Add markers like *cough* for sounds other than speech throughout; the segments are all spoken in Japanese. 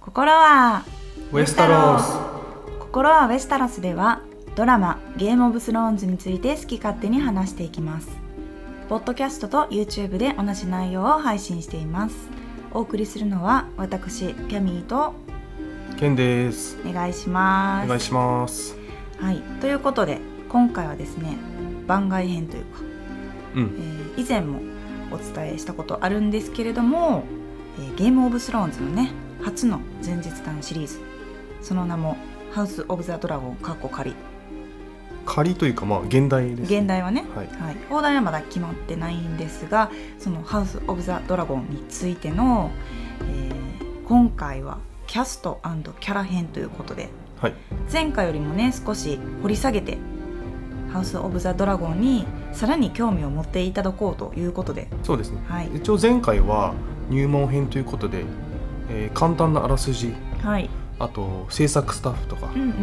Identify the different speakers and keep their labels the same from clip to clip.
Speaker 1: 心は
Speaker 2: ウェスタロース
Speaker 1: 心はウェスタロスではドラマ「ゲームオブスローンズ」について好き勝手に話していきますポッドキャストと YouTube で同じ内容を配信していますお送りするのは私キャミーと
Speaker 2: ケンです
Speaker 1: お願いしま
Speaker 2: お
Speaker 1: す
Speaker 2: 願いします
Speaker 1: はい、ということで今回はですね番外編というか、
Speaker 2: う
Speaker 1: え
Speaker 2: ん
Speaker 1: ー以前もお伝えしたことあるんですけれども、えーゲームオブスローンズのね初の前日談シリーズその名も「ハウス・オブ・ザ・ドラゴン」かっこ仮
Speaker 2: 仮というかまあ現代です、ね、
Speaker 1: 現代はね、
Speaker 2: はい
Speaker 1: はい、放題はまだ決まってないんですがその「ハウス・オブ・ザ・ドラゴン」についての、えー今回はキャストキャラ編ということで
Speaker 2: はい
Speaker 1: 前回よりもね少し掘り下げて「ハウス・オブ・ザ・ドラゴン」にさらに興味を持っていただこうということで、
Speaker 2: そうですね
Speaker 1: はい
Speaker 2: 一応前回は入門編ということで、えー簡単なあらすじ
Speaker 1: はい
Speaker 2: あと制作スタッフとか、
Speaker 1: うんうん、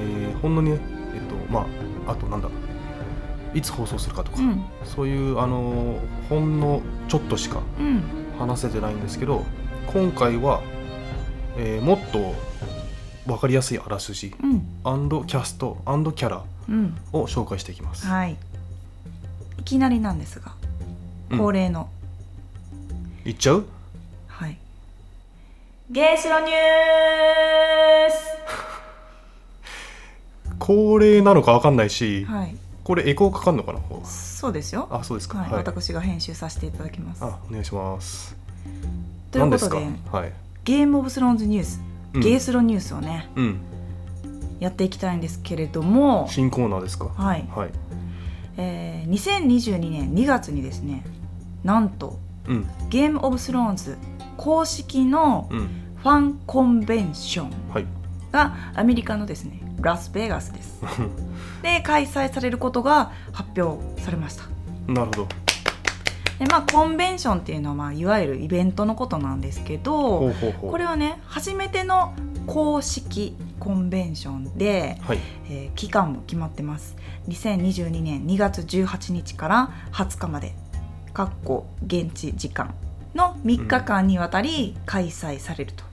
Speaker 2: えーほんのねえっとまああとなんだいつ放送するかとか、
Speaker 1: うん
Speaker 2: そういうあのーほんのちょっとしか
Speaker 1: うん、
Speaker 2: 話せてないんですけど今回は、えーもっと分かりやすいあらすじ
Speaker 1: うん、
Speaker 2: アンドキャストアンドキャラ
Speaker 1: うん、
Speaker 2: を紹介していきます、
Speaker 1: はいいきなりなんですが
Speaker 2: うん
Speaker 1: 恒例の、
Speaker 2: いっちゃう
Speaker 1: はいゲスロニュー
Speaker 2: 恒例なのかわかんないし、
Speaker 1: スはい
Speaker 2: これエコーかかんのかな
Speaker 1: そうですよ
Speaker 2: あそうですか
Speaker 1: はい、私が編集させていただきます
Speaker 2: あお願いします
Speaker 1: という
Speaker 2: 何
Speaker 1: こ
Speaker 2: です
Speaker 1: と
Speaker 2: か
Speaker 1: で
Speaker 2: はい、
Speaker 1: ゲームオブスローンズニュース、
Speaker 2: うん、
Speaker 1: ゲースロニュースをね
Speaker 2: うん
Speaker 1: やっていきたいんですけれども
Speaker 2: 新コーナーですかは
Speaker 1: はい
Speaker 2: い
Speaker 1: えー2022年2月にですねなんと
Speaker 2: うん
Speaker 1: ゲームオブスローンズ公式の
Speaker 2: うん
Speaker 1: ファンコンベンション
Speaker 2: はい *laughs*
Speaker 1: がアメリカのですねラスベガスですで開催されることが発表されました
Speaker 2: なるほど
Speaker 1: でまあコンベンションっていうのは、まあ、いわゆるイベントのことなんですけ
Speaker 2: ほ
Speaker 1: ど
Speaker 2: うほうほう
Speaker 1: これはね初めての公式コンベンションで、
Speaker 2: はい
Speaker 1: えー期間も決まってます2022年2月18日から20日までかっこ現地時間の3日間にわたり開催されると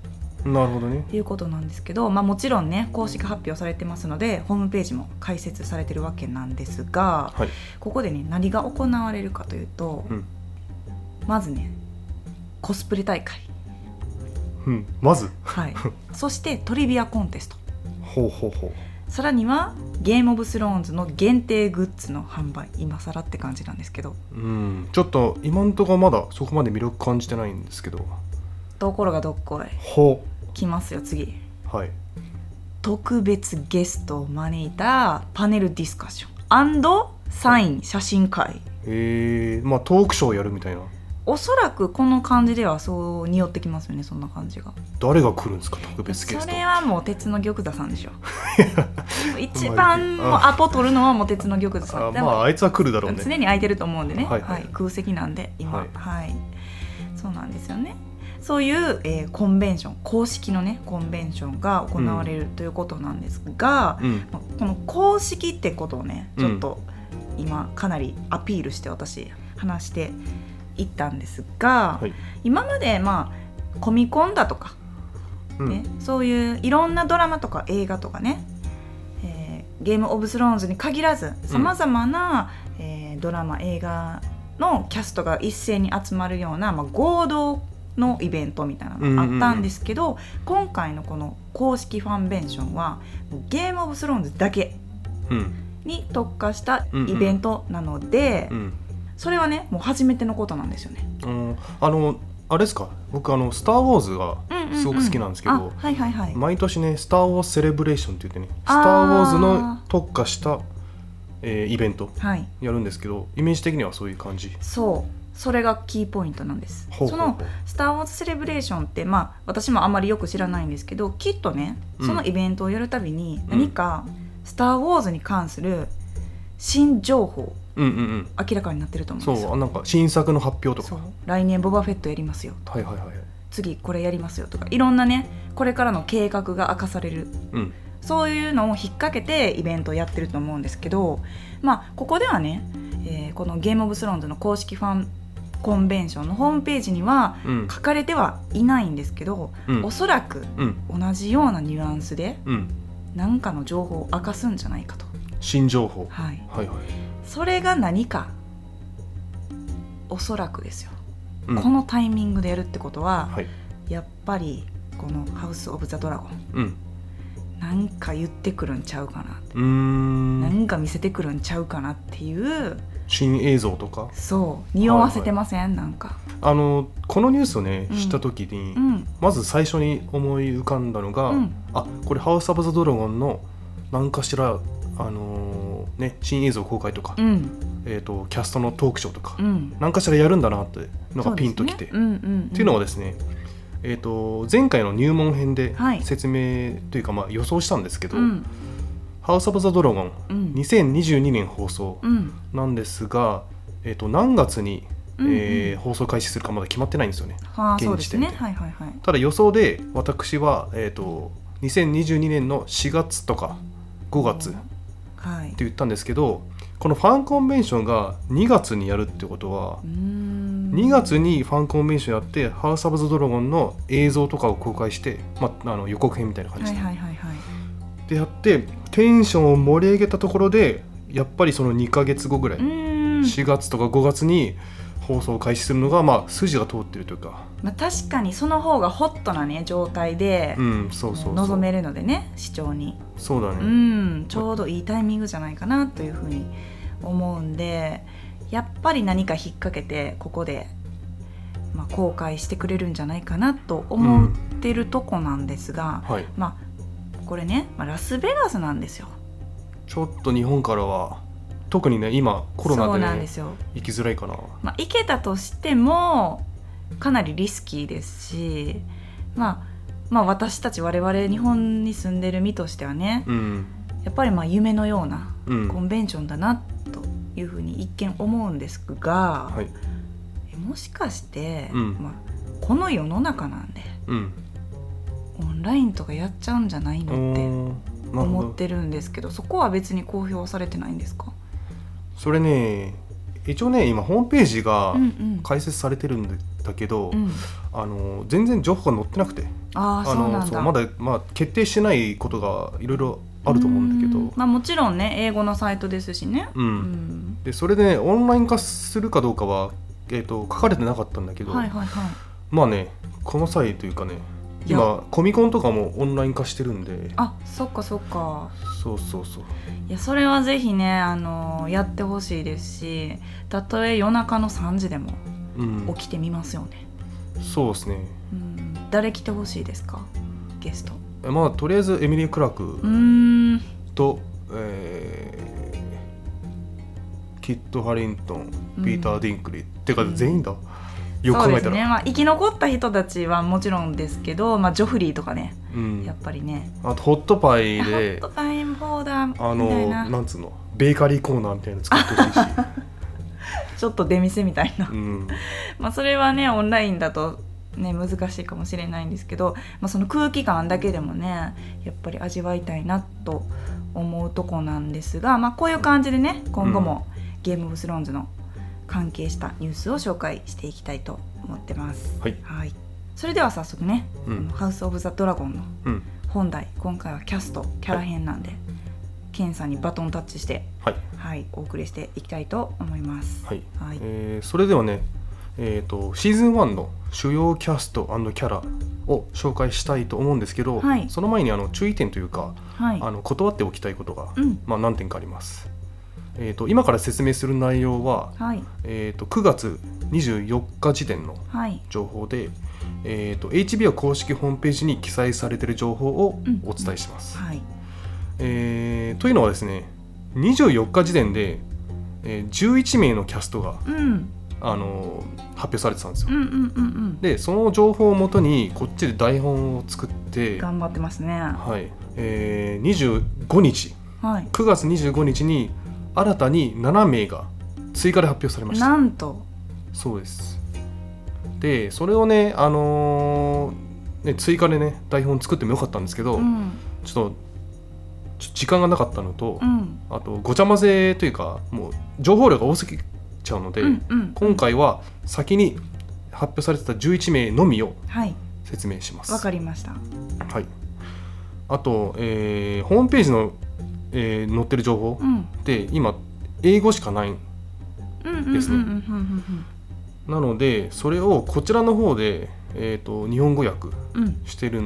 Speaker 2: なるほどね
Speaker 1: いうことなんですけど、まあ、もちろんね公式発表されてますのでホームページも開設されてるわけなんですが
Speaker 2: はい
Speaker 1: ここでね何が行われるかというと、
Speaker 2: うん
Speaker 1: まずねコスプレ大会、
Speaker 2: うんまず *laughs*
Speaker 1: はい、そしてトリビアコンテスト
Speaker 2: ほうほうほう
Speaker 1: さらにはゲームオブスローンズの限定グッズの販売今更って感じなんですけど
Speaker 2: うんちょっと今んとこまだそこまで魅力感じてないんですけど
Speaker 1: ところがどっこい
Speaker 2: ほ
Speaker 1: 来ますよ次
Speaker 2: うはい
Speaker 1: 特別ゲストを招いたパネルディスカッションサイン写真会
Speaker 2: えー、まあトークショーやるみたいな
Speaker 1: おそらくこの感じではそう匂ってきますよねそんな感じが
Speaker 2: 誰が来るんですか特別ゲス
Speaker 1: そ
Speaker 2: ト
Speaker 1: れはもう鉄の玉座さん
Speaker 2: *laughs*
Speaker 1: でしょ一番もうアポ取るのはもう鉄の玉座さ
Speaker 2: あ
Speaker 1: んで
Speaker 2: ま
Speaker 1: も
Speaker 2: ああいつは来るだろうね
Speaker 1: 常に空いてると思うんでね、は
Speaker 2: はいいはい
Speaker 1: 空席なんで今は
Speaker 2: はいい、
Speaker 1: そうなんですよねそういう、えーコンベンション公式のねコンベンションが行われるということなんですが、
Speaker 2: うん
Speaker 1: まあこの公式ってことをね
Speaker 2: う
Speaker 1: ち
Speaker 2: ん
Speaker 1: ょっと今かなりアピールして私話していったんですが、
Speaker 2: はい
Speaker 1: 今までまあコミコンだとか、
Speaker 2: うん
Speaker 1: ねそういういろんなドラマとか映画とかね、えーゲームオブスローンズに限らずさまざまな、えードラマ映画のキャストが一斉に集まるような、まあ、合同のイベントみたいなのがあったんですけど、今回のこの公式ファンベンションはゲームオブスローンズだけ
Speaker 2: うん
Speaker 1: に特化したイベントなので、
Speaker 2: うん
Speaker 1: それはねもう初めてのことなんですよね。
Speaker 2: うんあのあれですか僕あの「スター・ウォーズ」がすごく好きなんですけど、
Speaker 1: あはいはいはい。
Speaker 2: 毎年ね「スター・ウォーズ・セレブレーション」って言ってね「ス
Speaker 1: あ
Speaker 2: タ
Speaker 1: ー
Speaker 2: ー・ウォーズ」の特化した、えーイベント
Speaker 1: はい、
Speaker 2: やるんですけどイメージ的にはそういう感じ
Speaker 1: そうそれがキーポイントなんです。
Speaker 2: ほうほう
Speaker 1: その
Speaker 2: ほう
Speaker 1: 「スター・ウォーズ・セレブレーション」って、まあ、私もあまりよく知らないんですけどきっとね
Speaker 2: うん
Speaker 1: そのイベントをやるたびに
Speaker 2: ん
Speaker 1: 何か「スター・ウォーズ」に関する新情報
Speaker 2: うんうんうん
Speaker 1: 明らかになってると思うん
Speaker 2: そ
Speaker 1: ですよ。
Speaker 2: うあなんか新作の発表と
Speaker 1: そ
Speaker 2: か
Speaker 1: う来年ボバフェットやりますよ
Speaker 2: はいはいはい
Speaker 1: 次これやりますよとかいろんなねこれからの計画が明かされる
Speaker 2: うん
Speaker 1: そういうのを引っ掛けてイベントをやってると思うんですけど、まあ、ここではね、えーこのゲームオブスローンズの公式ファンコンベンションのホームページには
Speaker 2: うん
Speaker 1: 書かれてはいないんですけど、
Speaker 2: うん
Speaker 1: おそらく
Speaker 2: うん
Speaker 1: 同じようなニュアンスで
Speaker 2: うん
Speaker 1: 何かの情報を明かすんじゃないかと、
Speaker 2: 新情報
Speaker 1: はい、
Speaker 2: はいはい、
Speaker 1: それが何かおそらくですよ、
Speaker 2: うん、
Speaker 1: このタイミングでやるってことは、
Speaker 2: はい
Speaker 1: やっぱりこの「ハウス・オブ・ザ・ドラゴン
Speaker 2: うん」
Speaker 1: なんか言ってくるんちゃうかな、
Speaker 2: うー
Speaker 1: なんんか見せてくるんちゃうかなっていう
Speaker 2: 新映像とか
Speaker 1: そう匂わせてません、なんか、
Speaker 2: あのこのニュースをね
Speaker 1: うん
Speaker 2: 知った時に、
Speaker 1: うん
Speaker 2: まず最初に思い浮かんだのが、
Speaker 1: うん
Speaker 2: あこれ「ハウス・オブ・ザ・ドラゴン」の何かしら、あのーね、新映像公開とか、
Speaker 1: うん
Speaker 2: えー、とキャストのトークショーとか、
Speaker 1: うん
Speaker 2: 何かしらやるんだなっての
Speaker 1: そう
Speaker 2: が
Speaker 1: ですね
Speaker 2: ピンときて。
Speaker 1: うんうんうん、っ
Speaker 2: っていうのはですね、えー、と前回の入門編で
Speaker 1: はい
Speaker 2: 説明というか、まあ、予想したんですけど「
Speaker 1: うん
Speaker 2: ハウス・オブ・ザ・ドラゴン
Speaker 1: うん」
Speaker 2: 2022年放送
Speaker 1: うん
Speaker 2: なんですが、えー、と何月に、
Speaker 1: うんうん
Speaker 2: えー放送開始するかまだ決まってないんですよね。
Speaker 1: はあ
Speaker 2: 現
Speaker 1: そうで
Speaker 2: 時
Speaker 1: す
Speaker 2: 点で
Speaker 1: ねはいはいはい
Speaker 2: ただ予想で私は、えー、と2022年の4月とか5月って
Speaker 1: はい
Speaker 2: 言ったんですけどこのファンコンベンションが2月にやるってことは
Speaker 1: うーん
Speaker 2: 2月にファンコンベンションやって「ハウス・オブ・ザ・ドラゴン」の映像とかを公開して、まあ、あの予告編みたいな感
Speaker 1: は
Speaker 2: じ
Speaker 1: い
Speaker 2: で,、
Speaker 1: はいはいはい
Speaker 2: でやってテンションを盛り上げたところでやっぱりその2ヶ月後ぐらい、
Speaker 1: うーん
Speaker 2: 4月とか5月に放送を開始するのが、まあ、筋が通ってるというか、
Speaker 1: まあ、確かにその方がホットなね状態で、
Speaker 2: うん、そうそうそう
Speaker 1: 望めるのでね視聴に、
Speaker 2: そうだね、
Speaker 1: うんちょうどいいタイミングじゃないかなというふうに思うんでやっぱり何か引っ掛けてここで、まあ、公開してくれるんじゃないかなと思ってるとこなんですが、
Speaker 2: はい、
Speaker 1: まあこれね、まあ、ラスベガスなんですよ。
Speaker 2: ちょっと日本からは特にね今コロナ
Speaker 1: そう
Speaker 2: で,、
Speaker 1: なんで
Speaker 2: ね、
Speaker 1: すよ
Speaker 2: 行きづらいかな
Speaker 1: まあ、行けたとしてもかなりリスキーですし、まあ、まあ私たち我々日本に住んでる身としてはね
Speaker 2: うん
Speaker 1: やっぱりまあ夢のような
Speaker 2: うん
Speaker 1: コンベンションだなというふうに一見思うんですが、
Speaker 2: はい
Speaker 1: えもしかして、
Speaker 2: うん
Speaker 1: まあ、この世の中なんで
Speaker 2: うん
Speaker 1: オンラインとかやっちゃうんじゃない
Speaker 2: お
Speaker 1: のって
Speaker 2: ーなるほ
Speaker 1: 思っ
Speaker 2: ど
Speaker 1: てるんですけどそこは別に公表されてないんですか、
Speaker 2: それね一応ね今ホームページが
Speaker 1: うんうん
Speaker 2: 開設されてるんだけど、
Speaker 1: うん、
Speaker 2: あの全然情報が載ってなくて
Speaker 1: ああそう
Speaker 2: の
Speaker 1: なんだ
Speaker 2: まだ、まあ、決定してないことがいろいろあると思うんだけど
Speaker 1: うーんまあ、もちろんね英語のサイトですしね、
Speaker 2: うん、
Speaker 1: うん、
Speaker 2: でそれで、ね、オンライン化するかどうかは、えー、と書かれてなかったんだけど、
Speaker 1: はいはいはい
Speaker 2: まあねこの際というかね
Speaker 1: いや
Speaker 2: 今コミコンとかもオンライン化してるんで
Speaker 1: あそっかそっか
Speaker 2: そうそうそう
Speaker 1: いやそれはぜひねあのやってほしいですしたとえ夜中の3時でも
Speaker 2: うん
Speaker 1: 起きてみますよね、
Speaker 2: そうですね
Speaker 1: うん、誰来てほしいですかゲスト
Speaker 2: えまあとりあえずエミリー・クラーク
Speaker 1: うーん
Speaker 2: と、えーキッド・ハリントン
Speaker 1: うん
Speaker 2: ピーター・ディンクリー、てか
Speaker 1: うん
Speaker 2: 全員だ、よく
Speaker 1: そう
Speaker 2: 考
Speaker 1: で
Speaker 2: えた
Speaker 1: す
Speaker 2: ら
Speaker 1: ね、まあ、生き残った人たちはもちろんですけど、まあ、ジョフリーとかね
Speaker 2: う
Speaker 1: や
Speaker 2: ん
Speaker 1: っ、ぱりね
Speaker 2: あとホットパ
Speaker 1: い
Speaker 2: イ
Speaker 1: やホッ
Speaker 2: で
Speaker 1: トタイムボーダーみ
Speaker 2: あの
Speaker 1: たいな
Speaker 2: なんつうのベーカリーコーナーみたいなの作ってほしいし、
Speaker 1: *laughs* ちょっと出店みたいな
Speaker 2: うん、
Speaker 1: まあ、それはねオンラインだと、ね、難しいかもしれないんですけど、まあ、その空気感だけでもねやっぱり味わいたいなと思うとこなんですが、まあ、こういう感じでね今後もゲームオブスローンズの関係したニュースを紹介していきたいと思ってます。
Speaker 2: はい、
Speaker 1: はい、それでは早速ね「
Speaker 2: うん
Speaker 1: あのハウス・オブ・ザ・ドラゴン」の
Speaker 2: うん、
Speaker 1: 本題今回はキャストキャラ編なんで、ケンさんにバトンタッチして、
Speaker 2: はい
Speaker 1: はい、お送りしていきたいと思います。
Speaker 2: はい、
Speaker 1: はい
Speaker 2: えーそれではねえー、とシーズン1の主要キャストキャラを紹介したいと思うんですけど、
Speaker 1: はい
Speaker 2: その前にあの注意点というか、
Speaker 1: はい
Speaker 2: あの断っておきたいことが
Speaker 1: うん
Speaker 2: まあ、何点かあります、えー、と今から説明する内容は、
Speaker 1: はい
Speaker 2: えー、と9月24日時点の
Speaker 1: はい
Speaker 2: 情報で、えー、と HBO 公式ホームページに記載されている情報を
Speaker 1: うん
Speaker 2: お伝えします、
Speaker 1: はい
Speaker 2: えーというのはですね24日時点で、えー11名のキャストが、
Speaker 1: うん、うん
Speaker 2: あのー発表されてたんですよ、
Speaker 1: うんうん
Speaker 2: でその情報をもとにこっちで台本を作っ
Speaker 1: うん
Speaker 2: て、
Speaker 1: 頑張ってますねは
Speaker 2: はいえー25日
Speaker 1: い
Speaker 2: 9月25日に新たに7名が追加で発表されまし
Speaker 1: な
Speaker 2: た
Speaker 1: んと
Speaker 2: そうですでそれをね,、あのーね追加でね台本作ってもよかったんですけど、
Speaker 1: うん
Speaker 2: ちょっとちょ時間がなかったのと、
Speaker 1: うん
Speaker 2: あとごちゃ混ぜというかもう情報量が多すぎちゃうので、
Speaker 1: うんうん、
Speaker 2: 今回は先に発表されてた11名のみを
Speaker 1: はい
Speaker 2: 説明します。
Speaker 1: わかりました
Speaker 2: はい、あと、えーホームページの、えー載ってる情報
Speaker 1: うん
Speaker 2: で今英語しかない
Speaker 1: うんうんうんうんうん
Speaker 2: ですね
Speaker 1: うん
Speaker 2: なのでそれをこちらの方で、えー、と日本語訳
Speaker 1: うんうん
Speaker 2: してる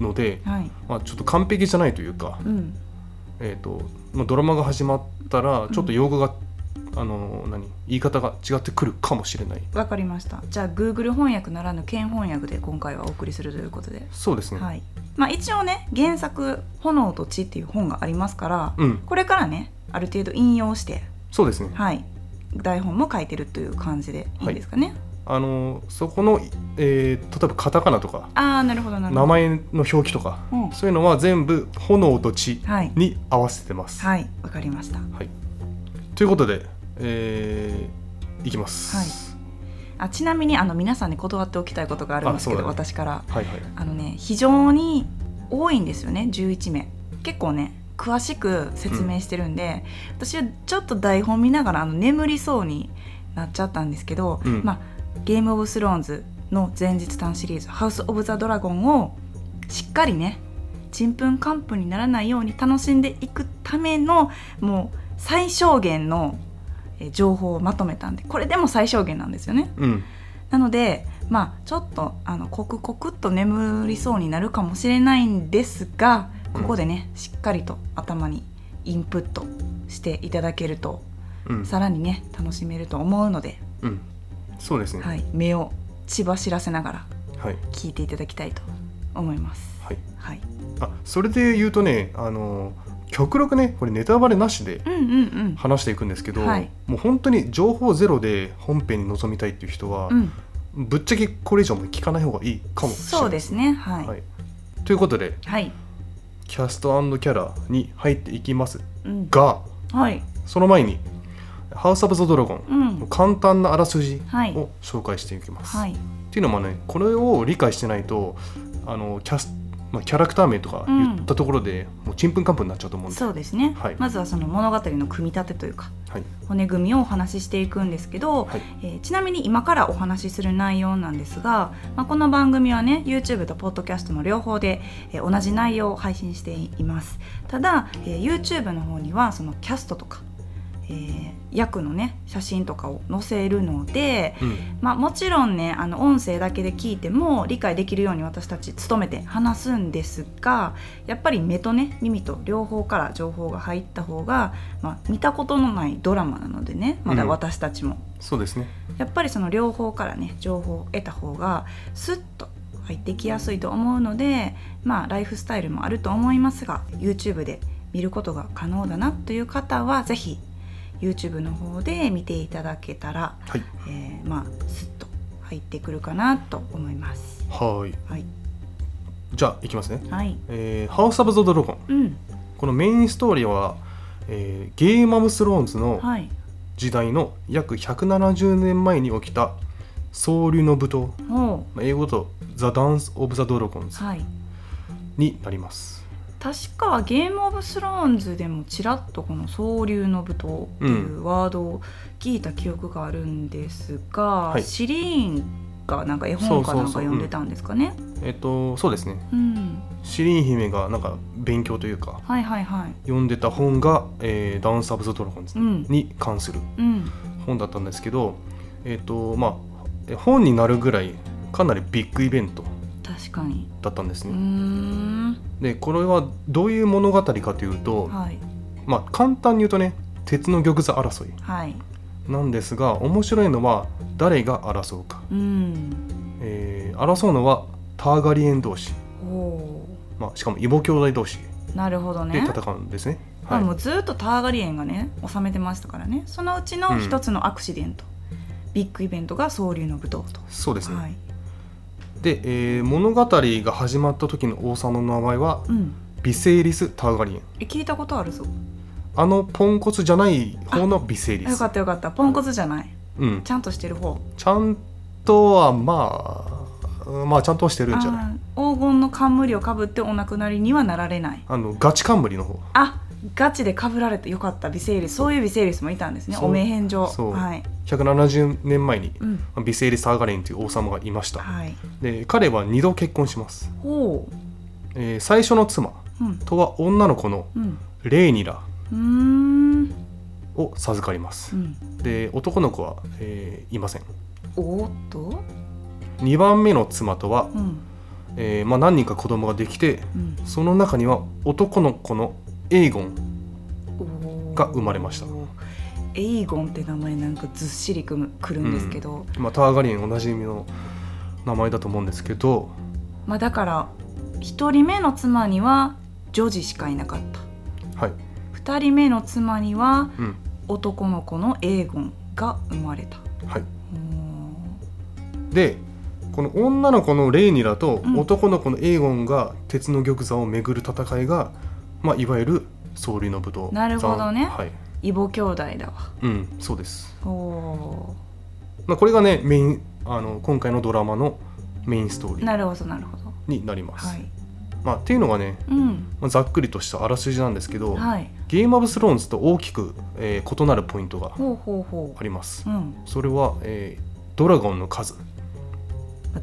Speaker 2: ので、
Speaker 1: はい
Speaker 2: まあ、ちょっと完璧じゃないというか、
Speaker 1: うん
Speaker 2: えーとまあ、ドラマが始まったらちょっと用語が、あの何言い方が違ってくるかもしれない
Speaker 1: わかりましたじゃあ Google 翻訳ならぬ県翻訳で今回はお送りするということで、
Speaker 2: そうですね、
Speaker 1: はいまあ、一応ね原作「炎と血」っていう本がありますから
Speaker 2: うん
Speaker 1: これからねある程度引用して、
Speaker 2: そうですね
Speaker 1: はい、台本も書いてるという感じでいいですかね、
Speaker 2: あのそこの、えー例えばカタカナとか
Speaker 1: ああなるほどなるほど
Speaker 2: 名前の表記とか、
Speaker 1: うん
Speaker 2: そういうのは全部炎と血
Speaker 1: はい
Speaker 2: に合わせてます。
Speaker 1: はいわかりました
Speaker 2: ということで、えーいきます。
Speaker 1: あちなみにあの皆さんに断っておきたいことがあるんですけど、
Speaker 2: あそうだね
Speaker 1: 私から
Speaker 2: はい、はい、
Speaker 1: あのね非常に多いんですよね11名結構ね詳しく説明してるんで、私はちょっと台本見ながらあの眠りそうになっちゃったんですけど、
Speaker 2: うん
Speaker 1: まあ、ゲーム・オブ・スローンズの前日短シリーズ「ハウス・オブ・ザ・ドラゴン」をしっかりねちんぷんかんぷんにならないように楽しんでいくためのもう最小限のえー情報をまとめたんでこれでも最小限なんですよね。
Speaker 2: うん、
Speaker 1: なのでまあちょっとあのコクコクっと眠りそうになるかもしれないんですがここでね、しっかりと頭にインプットしていただけると
Speaker 2: うん、
Speaker 1: さらにね楽しめると思うので、
Speaker 2: うん、そうですね。は、
Speaker 1: はいい、目を血走らせながら
Speaker 2: はい、
Speaker 1: 聞いていただきたいと思います。はい、
Speaker 2: あ、それで言うとね、あの極力ね、これネタバレなしで
Speaker 1: うんうん
Speaker 2: 話していくんですけど、
Speaker 1: はい
Speaker 2: もう本当に情報ゼロで本編に臨みたいっていう人は
Speaker 1: うん、う、ん、
Speaker 2: ぶっちゃけこれ以上も聞かない方がいいかもしれ
Speaker 1: そ
Speaker 2: な
Speaker 1: う
Speaker 2: い。
Speaker 1: ですすねはい、は
Speaker 2: はいい、ということで、キャストキャラに入っていきます
Speaker 1: うん、
Speaker 2: が、
Speaker 1: はい、
Speaker 2: その前に「ハウス・オブ・ザ・ドラゴン
Speaker 1: う」ん
Speaker 2: の、簡単なあらすじ
Speaker 1: はい、
Speaker 2: を紹介していきます。
Speaker 1: はい、
Speaker 2: っていうのもねこれを理解してないとあのキャス、まあ、キャラクター名とか言ったところで、もうちんぷんかんぷんになっちゃうと思うんで
Speaker 1: そうですね、
Speaker 2: はい
Speaker 1: まずはその物語の組み立てというか
Speaker 2: はい
Speaker 1: 骨組みをお話ししていくんですけど、
Speaker 2: はい
Speaker 1: えーちなみに今からお話しする内容なんですが、まあ、この番組はね YouTube と Podcast の両方で、えー同じ内容を配信していますただ、えー YouTube の方にはそのキャストとか、えー役のね写真とかを載せるので、
Speaker 2: うん
Speaker 1: まあ、もちろんねあの音声だけで聞いても理解できるように私たち努めて話すんですがやっぱり目とね耳と両方から情報が入った方が、まあ、見たことのないドラマなのでねまだ私たちも、
Speaker 2: そうですね
Speaker 1: やっぱりその両方からね情報を得た方がスッと入ってきやすいと思うのでまあライフスタイルもあると思いますが YouTube で見ることが可能だなという方は是非 YouTube の方で見ていただけたら
Speaker 2: はい
Speaker 1: えー、まあスッと入ってくるかなと思います。
Speaker 2: はい
Speaker 1: はい、
Speaker 2: じゃあいきますね
Speaker 1: はい、
Speaker 2: 「えハウス・オブ・ザ・ドラゴン
Speaker 1: うん、」
Speaker 2: このメインストーリーは、えーゲーム・オブ・スローンズの
Speaker 1: はい、
Speaker 2: 時代の約170年前に起きた総流の舞踏
Speaker 1: おう、
Speaker 2: まあ英語だと「ザ・ダンス・オブ・ザ・ドラゴンズ
Speaker 1: はい。」
Speaker 2: になります
Speaker 1: 確かゲームオブスローンズでもちらっとこの総流の舞踏っていうワードを聞いた記憶があるんですが、
Speaker 2: はい
Speaker 1: シリーンがなんか絵本かなんか
Speaker 2: そうそうそう
Speaker 1: 読んでたんですかね。
Speaker 2: えっ、とそうですね
Speaker 1: うん、
Speaker 2: シリーン姫がなんか勉強というか
Speaker 1: はいはいはい、
Speaker 2: 読んでた本が「えーダンス・アブ・ザ・ドラゴンズ
Speaker 1: うん」
Speaker 2: に関する
Speaker 1: うん、
Speaker 2: 本だったんですけど、えーとまあえ、本になるぐらいかなりビッグイベント
Speaker 1: 確かに。
Speaker 2: だったんです
Speaker 1: うー
Speaker 2: ね。
Speaker 1: ん、
Speaker 2: でこれはどういう物語かというと、
Speaker 1: はい
Speaker 2: まあ、簡単に言うとね鉄の玉座争い
Speaker 1: はい、
Speaker 2: なんですが面白いのは誰が争うか、
Speaker 1: うん、
Speaker 2: えー争うのはターガリエン同士、
Speaker 1: お
Speaker 2: まあ、しかも異母兄弟同士
Speaker 1: う、なるほどね。
Speaker 2: で戦うんですね。
Speaker 1: ま
Speaker 2: は
Speaker 1: あ
Speaker 2: い
Speaker 1: もうずっとターガリエンがね治めてましたからねそのうちの一つのアクシデント、ビッグイベントが総流の舞踏と、
Speaker 2: そうですね、
Speaker 1: はい
Speaker 2: で、えー物語が始まった時の王様の名前は
Speaker 1: うん、
Speaker 2: ビセイリス・ターガリエン
Speaker 1: え聞いたことあるぞ
Speaker 2: あのポンコツじゃない方のビセイリ
Speaker 1: あよ
Speaker 2: ス
Speaker 1: か、ったよかったポンコツじゃない
Speaker 2: うん、
Speaker 1: ちゃんとしてる方
Speaker 2: ちゃんとはまあうんまあちゃんとはしてるんじゃない
Speaker 1: あー黄金の冠をかぶってお亡くなりにはなられない
Speaker 2: あのガチ冠の方
Speaker 1: あガチでかぶられてよかった微生物そういう微生物もいたんですね
Speaker 2: そ
Speaker 1: お
Speaker 2: う
Speaker 1: 名返上
Speaker 2: そう
Speaker 1: はい、
Speaker 2: 170年前に
Speaker 1: うん
Speaker 2: ビセーリ・サーガレンという王様がいました
Speaker 1: はい、
Speaker 2: で彼は2度結婚します、
Speaker 1: ほ
Speaker 2: えー最初の妻
Speaker 1: ううん
Speaker 2: とは女の子の
Speaker 1: うん
Speaker 2: レーニラ
Speaker 1: うーん
Speaker 2: を授かります
Speaker 1: うん
Speaker 2: で男の子は、えーいません
Speaker 1: おーっと
Speaker 2: 2番目の妻とは、
Speaker 1: うん
Speaker 2: えーまあ、何人か子供ができて
Speaker 1: うん
Speaker 2: その中には男の子のエイゴン
Speaker 1: おー
Speaker 2: が生まれました
Speaker 1: エイゴンって名前なんかずっしりくむくるんですけど、
Speaker 2: まあ、ターガリンおなじみの名前だと思うんですけど
Speaker 1: まあだから一人目の妻には女児しかいなかった
Speaker 2: はい、
Speaker 1: 二人目の妻には
Speaker 2: うん
Speaker 1: 男の子のエーゴンが生まれた
Speaker 2: はい、
Speaker 1: うーん
Speaker 2: でこの女の子のレイニラと
Speaker 1: うん
Speaker 2: 男の子のエーゴンが鉄の玉座を巡る戦いが、まあ、いわゆる総理の武道
Speaker 1: なるほどね
Speaker 2: はい
Speaker 1: 異母兄弟だわ
Speaker 2: うん、そうです、
Speaker 1: お
Speaker 2: まあ、これがねメインあの今回のドラマのメインストー
Speaker 1: ー
Speaker 2: リー
Speaker 1: なるほどなるほど
Speaker 2: になります、
Speaker 1: はい
Speaker 2: まあ、っていうのがね、
Speaker 1: うん
Speaker 2: まあ、ざっくりとしたあらすじなんですけど、
Speaker 1: はい
Speaker 2: ゲーム・オブ・スローンズと大きく、えー異なるポイントが
Speaker 1: ほうほうほ
Speaker 2: あります
Speaker 1: ううん
Speaker 2: それは、えードラゴンの数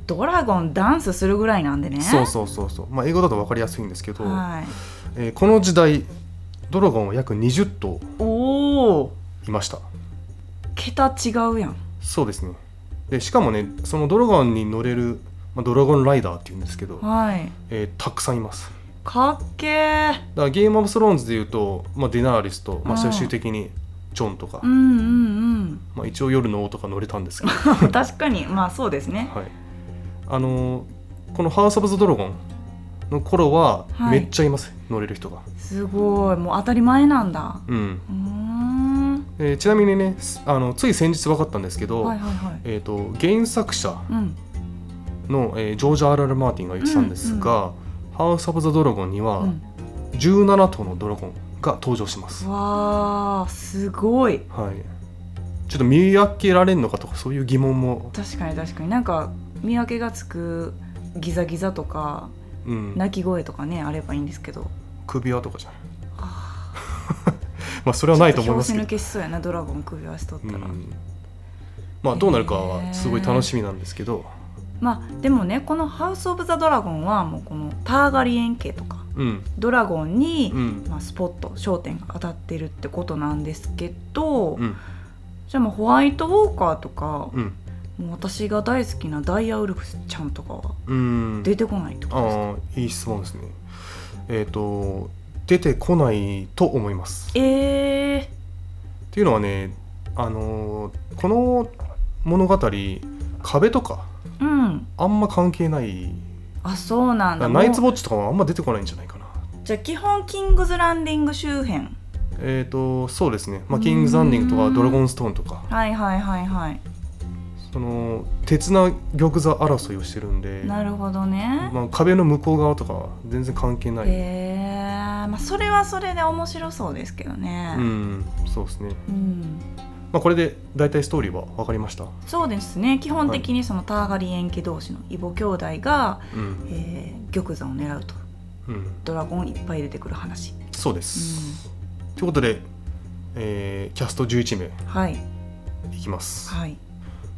Speaker 1: ドラゴンダンスするぐらいなんでね
Speaker 2: そうそうそうそう、まあ、英語だと分かりやすいんですけど、
Speaker 1: はい
Speaker 2: えーこの時代ドラゴンは約20頭
Speaker 1: おお
Speaker 2: いました
Speaker 1: 桁違うやん
Speaker 2: そうですねでしかもねそのドラゴンに乗れる、まあ、ドラゴンライダーっていうんですけど、
Speaker 1: はい
Speaker 2: えーたくさんいます
Speaker 1: かっけー
Speaker 2: だからゲーム・オブ・スローンズでいうと、まあ、ディナーリスと、まあ、
Speaker 1: あー
Speaker 2: 最終的にジョンとか、
Speaker 1: うん
Speaker 2: *laughs*
Speaker 1: うん
Speaker 2: まあ、一応夜の王とか乗れたんですけど、
Speaker 1: うん確かにまあそうですね
Speaker 2: はい、あのーこの「ハウス・オブ・ザ・ドラゴン」の頃は
Speaker 1: はい
Speaker 2: めっちゃいます、乗れる人が、
Speaker 1: すごいもう当たり前なんだ
Speaker 2: うん
Speaker 1: うーん
Speaker 2: えーちなみにねすあのつい先日分かったんですけど、
Speaker 1: はいはいはい
Speaker 2: えー、と原作者
Speaker 1: うん
Speaker 2: の、えージョージ・アール・アル・マーティンが言ってたんですが「ハウス・オブ・ザ・ドラゴン」には
Speaker 1: うん
Speaker 2: 17頭のドラゴンが登場します、
Speaker 1: わあすごい
Speaker 2: はい、ちょっと見分けられるのかとかそういう疑問も、
Speaker 1: 確かに確かになんか見分けがつくギザギザとか
Speaker 2: うん、
Speaker 1: 鳴き声とかねあればいいんですけど
Speaker 2: 首輪とかじゃない *laughs*
Speaker 1: あ
Speaker 2: まあそれ
Speaker 1: ー
Speaker 2: はないと思いま
Speaker 1: ち
Speaker 2: す
Speaker 1: ょっ
Speaker 2: け
Speaker 1: 拍子抜け
Speaker 2: ど、
Speaker 1: しそうやなドラゴン首輪しとった
Speaker 2: う
Speaker 1: ら、
Speaker 2: ん、まあどうなるかはすごい楽しみなんですけど、
Speaker 1: まあでもねこの「ハウス・オブ・ザ・ドラゴン」はもうこのターガリエン家とか
Speaker 2: うん
Speaker 1: ドラゴンに、
Speaker 2: うん
Speaker 1: まあ、スポット焦点が当たってるってことなんですけど、
Speaker 2: うん
Speaker 1: じゃあもうホワイトウォーカーとか、
Speaker 2: うん
Speaker 1: もう私が大好きなダイヤウルフちゃんとかは
Speaker 2: うん
Speaker 1: 出てこないってことですか、
Speaker 2: ああいい質問ですねえっ、と出てこないと思います
Speaker 1: ええ
Speaker 2: っていうのはね、あのーこの物語壁とか
Speaker 1: ー、うん
Speaker 2: あんま関係ない
Speaker 1: あそうな
Speaker 2: だ
Speaker 1: ん
Speaker 2: か
Speaker 1: だ
Speaker 2: らナイツ・
Speaker 1: も
Speaker 2: ウォッチとかはあんま出てこないんじゃないかな
Speaker 1: うじゃあ基本キングズランディング周辺
Speaker 2: えっ、とそうですね、ま
Speaker 1: う
Speaker 2: あ、
Speaker 1: ん
Speaker 2: キング・ザンディングとかドラゴンストーンとか
Speaker 1: はいはいはいはい、
Speaker 2: その鉄な玉座争いをしてるんで、
Speaker 1: なるほどね、
Speaker 2: まあ、壁の向こう側とかは全然関係ない、
Speaker 1: えーまあ、それはそれで面白そうですけどね
Speaker 2: うんそうですね、
Speaker 1: うん
Speaker 2: まあ、これで大体ストーリーは分かりました、
Speaker 1: そうですね基本的にそのターガリエン家同士の異母兄弟が、
Speaker 2: うん
Speaker 1: えー玉座を狙うと
Speaker 2: うん、
Speaker 1: ドラゴンいっぱい出てくる話
Speaker 2: そうです、ということで、えーキャスト11
Speaker 1: はい
Speaker 2: 名いきます、
Speaker 1: はい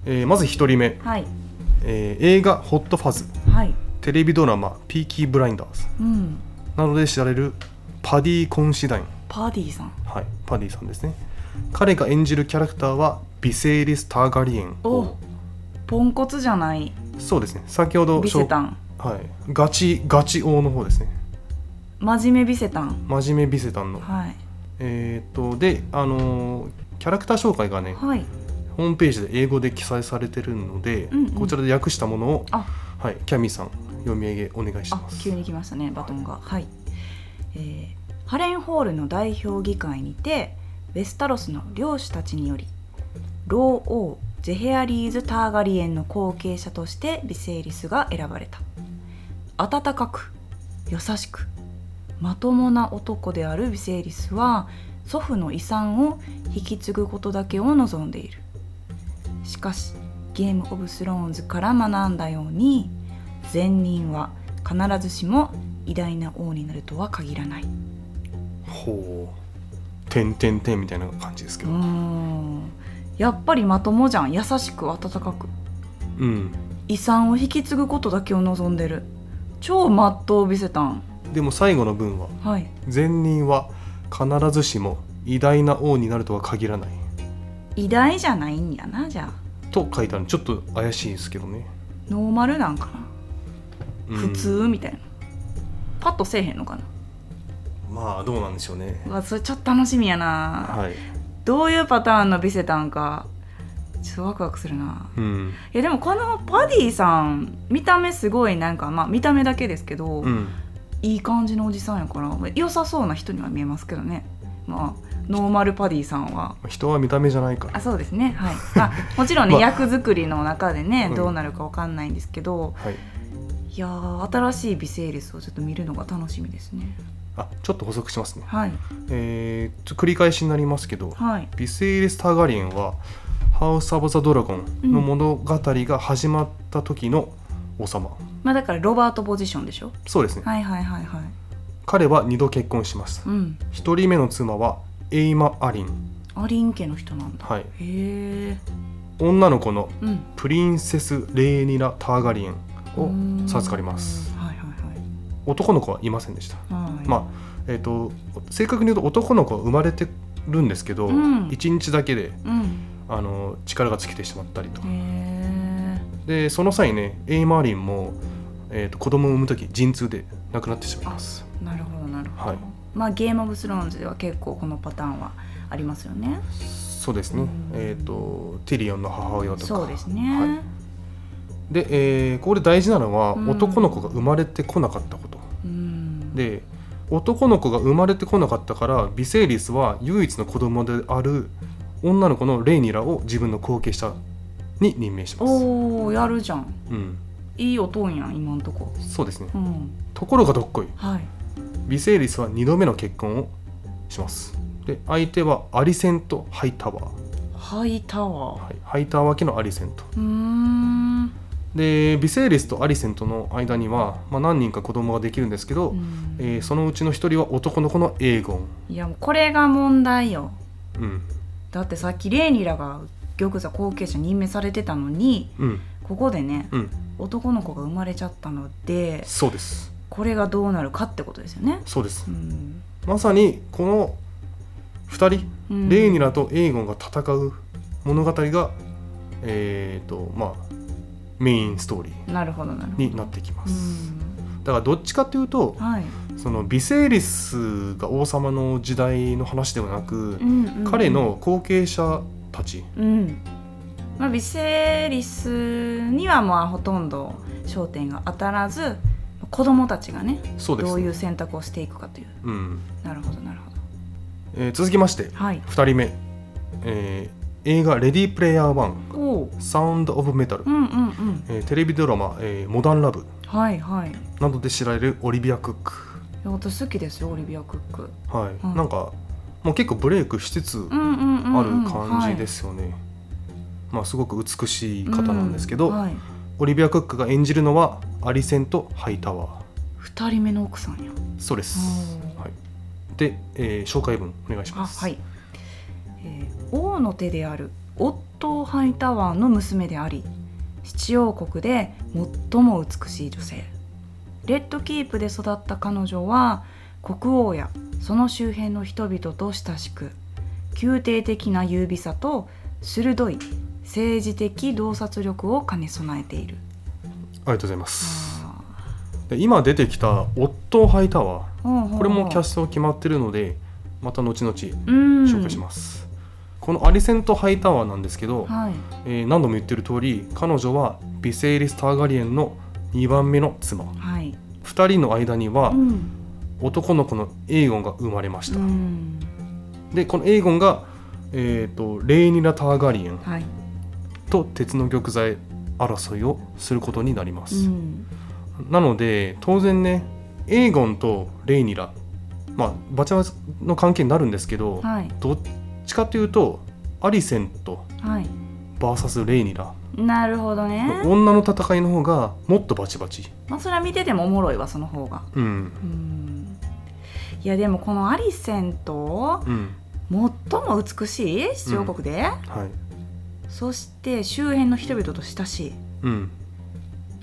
Speaker 2: えーまず1人目
Speaker 1: はい
Speaker 2: えー映画「ホットファズ
Speaker 1: はい」
Speaker 2: テレビドラマ「ピーキーブラインダーズ
Speaker 1: うん」
Speaker 2: などで知られるパディ・コンシダイン、
Speaker 1: パーディーさん
Speaker 2: はい、パディさんですね彼が演じるキャラクターはビセイリス・ターガリエン
Speaker 1: おポンコツじゃない
Speaker 2: そうですね先ほど
Speaker 1: ビセタン
Speaker 2: はい、ガチガチ王の方ですね
Speaker 1: 真面目ビセタン
Speaker 2: 真面目ビセタンの、
Speaker 1: はい
Speaker 2: えーっとであのーキャラクター紹介がね
Speaker 1: はい
Speaker 2: ホームページで英語で記載されてるので、
Speaker 1: うんうん
Speaker 2: こちらで訳したものを、
Speaker 1: あ
Speaker 2: はい、キャミーさん読み上げお願いし
Speaker 1: あ
Speaker 2: ます
Speaker 1: 急に来ましたねバトンがはい、えーハレンホールの代表議会にてウェスタロスの領主たちにより老王ジェヘアリーズ・ターガリエンの後継者としてヴィセイリスが選ばれた温かく優しくまともな男であるヴィセイリスは祖父の遺産を引き継ぐことだけを望んでいるしかしゲーム・オブ・スローンズから学んだように善人は必ずしも偉大な王になるとは限らない
Speaker 2: ほう点点点みたいな感じですけ
Speaker 1: う
Speaker 2: ど、
Speaker 1: んやっぱりまともじゃん優しく温かく
Speaker 2: うん、
Speaker 1: 遺産を引き継ぐことだけを望んでる超まっとうびせたん
Speaker 2: でも最後の文は
Speaker 1: はい
Speaker 2: 「前任は必ずしも偉大な王になるとは限らない
Speaker 1: 偉大じゃないんやなじゃあ」
Speaker 2: と書いてあるちょっと怪しいですけどね、
Speaker 1: ノーマルなんか
Speaker 2: うん
Speaker 1: な普通みたいなパッとせえへんのかな
Speaker 2: まあどうなんでしょうね
Speaker 1: うわそれちょっと楽しみやな、
Speaker 2: はい、
Speaker 1: どういうパターンのビセタンかちょっとワクワクするな
Speaker 2: うん
Speaker 1: いやでもこのパディさん見た目すごいなんかまあ見た目だけですけど、
Speaker 2: うん、
Speaker 1: いい感じのおじさんやから良さそうな人には見えますけどねまあノーマルパディさんは
Speaker 2: 人は見た目じゃないから
Speaker 1: あそうですねはい、まあ、もちろんね、
Speaker 2: まあ
Speaker 1: 役作りの中でね
Speaker 2: うん
Speaker 1: どうなるかわかんないんですけど、
Speaker 2: はい
Speaker 1: いやー新しい微生物をちょっと見るのが楽しみですね
Speaker 2: あちょっと補足しますね
Speaker 1: はい
Speaker 2: えー、ちょ繰り返しになりますけど
Speaker 1: はい
Speaker 2: ヴィセイリス・ターガリエンはハウス・アブ・ザ・ドラゴンの物語が始まった時の王様、
Speaker 1: まあだからロバートポジションでしょ
Speaker 2: そうですね
Speaker 1: はいはいはいはい
Speaker 2: 彼は2度結婚します
Speaker 1: うん
Speaker 2: 1人目の妻はエイマ・アリン、
Speaker 1: アリン家の人なんだ
Speaker 2: はい、
Speaker 1: へえ
Speaker 2: 女の子の
Speaker 1: うん
Speaker 2: プリンセス・レーニラ・ターガリエン
Speaker 1: うー
Speaker 2: を
Speaker 1: ん
Speaker 2: 授かります
Speaker 1: はいはい
Speaker 2: 男の子はいませんでした、
Speaker 1: はいはい
Speaker 2: まあえー、と正確に言うと男の子は生まれてるんですけど、
Speaker 1: うん
Speaker 2: 一1日だけで
Speaker 1: うん
Speaker 2: あの力が尽きてしまったりと
Speaker 1: へえ
Speaker 2: でその際ねエイマーリンも、えー、と子供を産む時陣痛で亡くなってしまいます
Speaker 1: なるほどなるほど、
Speaker 2: はい
Speaker 1: まあゲームオブスローンズでは結構このパターンはありますよね
Speaker 2: そうですね、えー、とティリオンの母親とか
Speaker 1: そうです
Speaker 2: は
Speaker 1: ね、
Speaker 2: いで、えーここで大事なのは、
Speaker 1: うん
Speaker 2: 男の子が生まれてこなかったこと
Speaker 1: うん
Speaker 2: で男の子が生まれてこなかったからヴィセイリスは唯一の子供である女の子のレイニラを自分の後継者に任命します、
Speaker 1: おおやるじゃん
Speaker 2: うん、
Speaker 1: いい音やん今んとこ
Speaker 2: そうですね
Speaker 1: うん
Speaker 2: ところがどっこい
Speaker 1: はい
Speaker 2: ヴィセイリスは2度目の結婚をしますで相手はアリセント・ハイタワー、
Speaker 1: ハイタワー
Speaker 2: はい、ハイタワー家のアリセント
Speaker 1: うーん
Speaker 2: でヴィセイリスとアリセントの間には、まあ、何人か子供ができるんですけど、
Speaker 1: うん
Speaker 2: えーそのうちの一人は男の子のエーゴン、
Speaker 1: いやもうこれが問題よ
Speaker 2: うん
Speaker 1: だってさっきレイニラが玉座後継者任命されてたのに
Speaker 2: うん
Speaker 1: ここでね
Speaker 2: うん、
Speaker 1: 男の子が生まれちゃったので
Speaker 2: そうです
Speaker 1: これがどうなるかってことですよね
Speaker 2: そうです
Speaker 1: うん、
Speaker 2: まさにこの2人、
Speaker 1: うん
Speaker 2: レイニラとエーゴンが戦う物語がえっ、とまあメインストーリー
Speaker 1: なるほどなるほど
Speaker 2: になってきま
Speaker 1: う
Speaker 2: す、
Speaker 1: ん
Speaker 2: だからどっちかというと、
Speaker 1: はい
Speaker 2: そのヴィセイリスが王様の時代の話ではなく、
Speaker 1: うんうん
Speaker 2: 彼の後継者たち、
Speaker 1: うんまあ、ヴィセリスにはまあほとんど焦点が当たらず子供たちがね
Speaker 2: そうです
Speaker 1: どう
Speaker 2: ね
Speaker 1: いう選択をしていくかという
Speaker 2: うん
Speaker 1: なるほどなるほど
Speaker 2: えー続きまして
Speaker 1: はい
Speaker 2: 2人目、えー映画「レディープレイヤー1
Speaker 1: おお
Speaker 2: サウンド・オブ・メタル
Speaker 1: う」んうんうん
Speaker 2: えーテレビドラマ、えーモダン・ラブ
Speaker 1: はいはい」
Speaker 2: などで知られるオリビア・クック、
Speaker 1: いや私好きですよオリビア・クック
Speaker 2: はい
Speaker 1: うん
Speaker 2: なんかもう結構ブレイクしつつ
Speaker 1: うんうんうん、うん、
Speaker 2: ある感じですすよね、まあ、すごく美しい方なんですけど、
Speaker 1: はい、
Speaker 2: オリビア・クックが演じるのはアリセンとハイタワー。
Speaker 1: 2人目の奥さんや
Speaker 2: そうです。
Speaker 1: おー
Speaker 2: はい。で、えー紹介文お願いし
Speaker 1: あ
Speaker 2: ます。
Speaker 1: はい、えー王の手であるオットー・ハイタワーの娘であり七王国で最も美しい女性レッドキープで育った彼女は国王やその周辺の人々と親しく宮廷的な優美さと鋭い政治的洞察力を兼ね備えている
Speaker 2: ありがとうございます。で今出てきたオットー・ハイタワー、
Speaker 1: こ
Speaker 2: これもキャ
Speaker 1: ス
Speaker 2: スト決まってるので、また後々紹
Speaker 1: 紹
Speaker 2: 介します。このアリセンとハイタワーなんですけど、
Speaker 1: はい、
Speaker 2: えー何度も言ってる通り、彼女はヴィセイリス・ターガリエンの2番目の妻。
Speaker 1: はい
Speaker 2: 2人の間には
Speaker 1: うん
Speaker 2: 男の子のエーゴンが生まれました。
Speaker 1: うん
Speaker 2: で、このエーゴンが、えー、とレイニラ・ターガリエン
Speaker 1: はい
Speaker 2: と鉄の玉座争いをすることになりま
Speaker 1: う
Speaker 2: す。
Speaker 1: ん
Speaker 2: なので当然ねエーゴンとレイニラまあバチバチの関係になるんですけど、
Speaker 1: はい
Speaker 2: どっちかというとアリセント
Speaker 1: はい
Speaker 2: VS レイニラ
Speaker 1: なるほどね、
Speaker 2: 女の戦いの方がもっとバチバチ
Speaker 1: まあ、それは見ててもおもろいわその方が
Speaker 2: うん
Speaker 1: うんいやでもこのアリセント
Speaker 2: うん
Speaker 1: 最も美しい出場国で、
Speaker 2: はい
Speaker 1: そして周辺の人々と親しい
Speaker 2: うん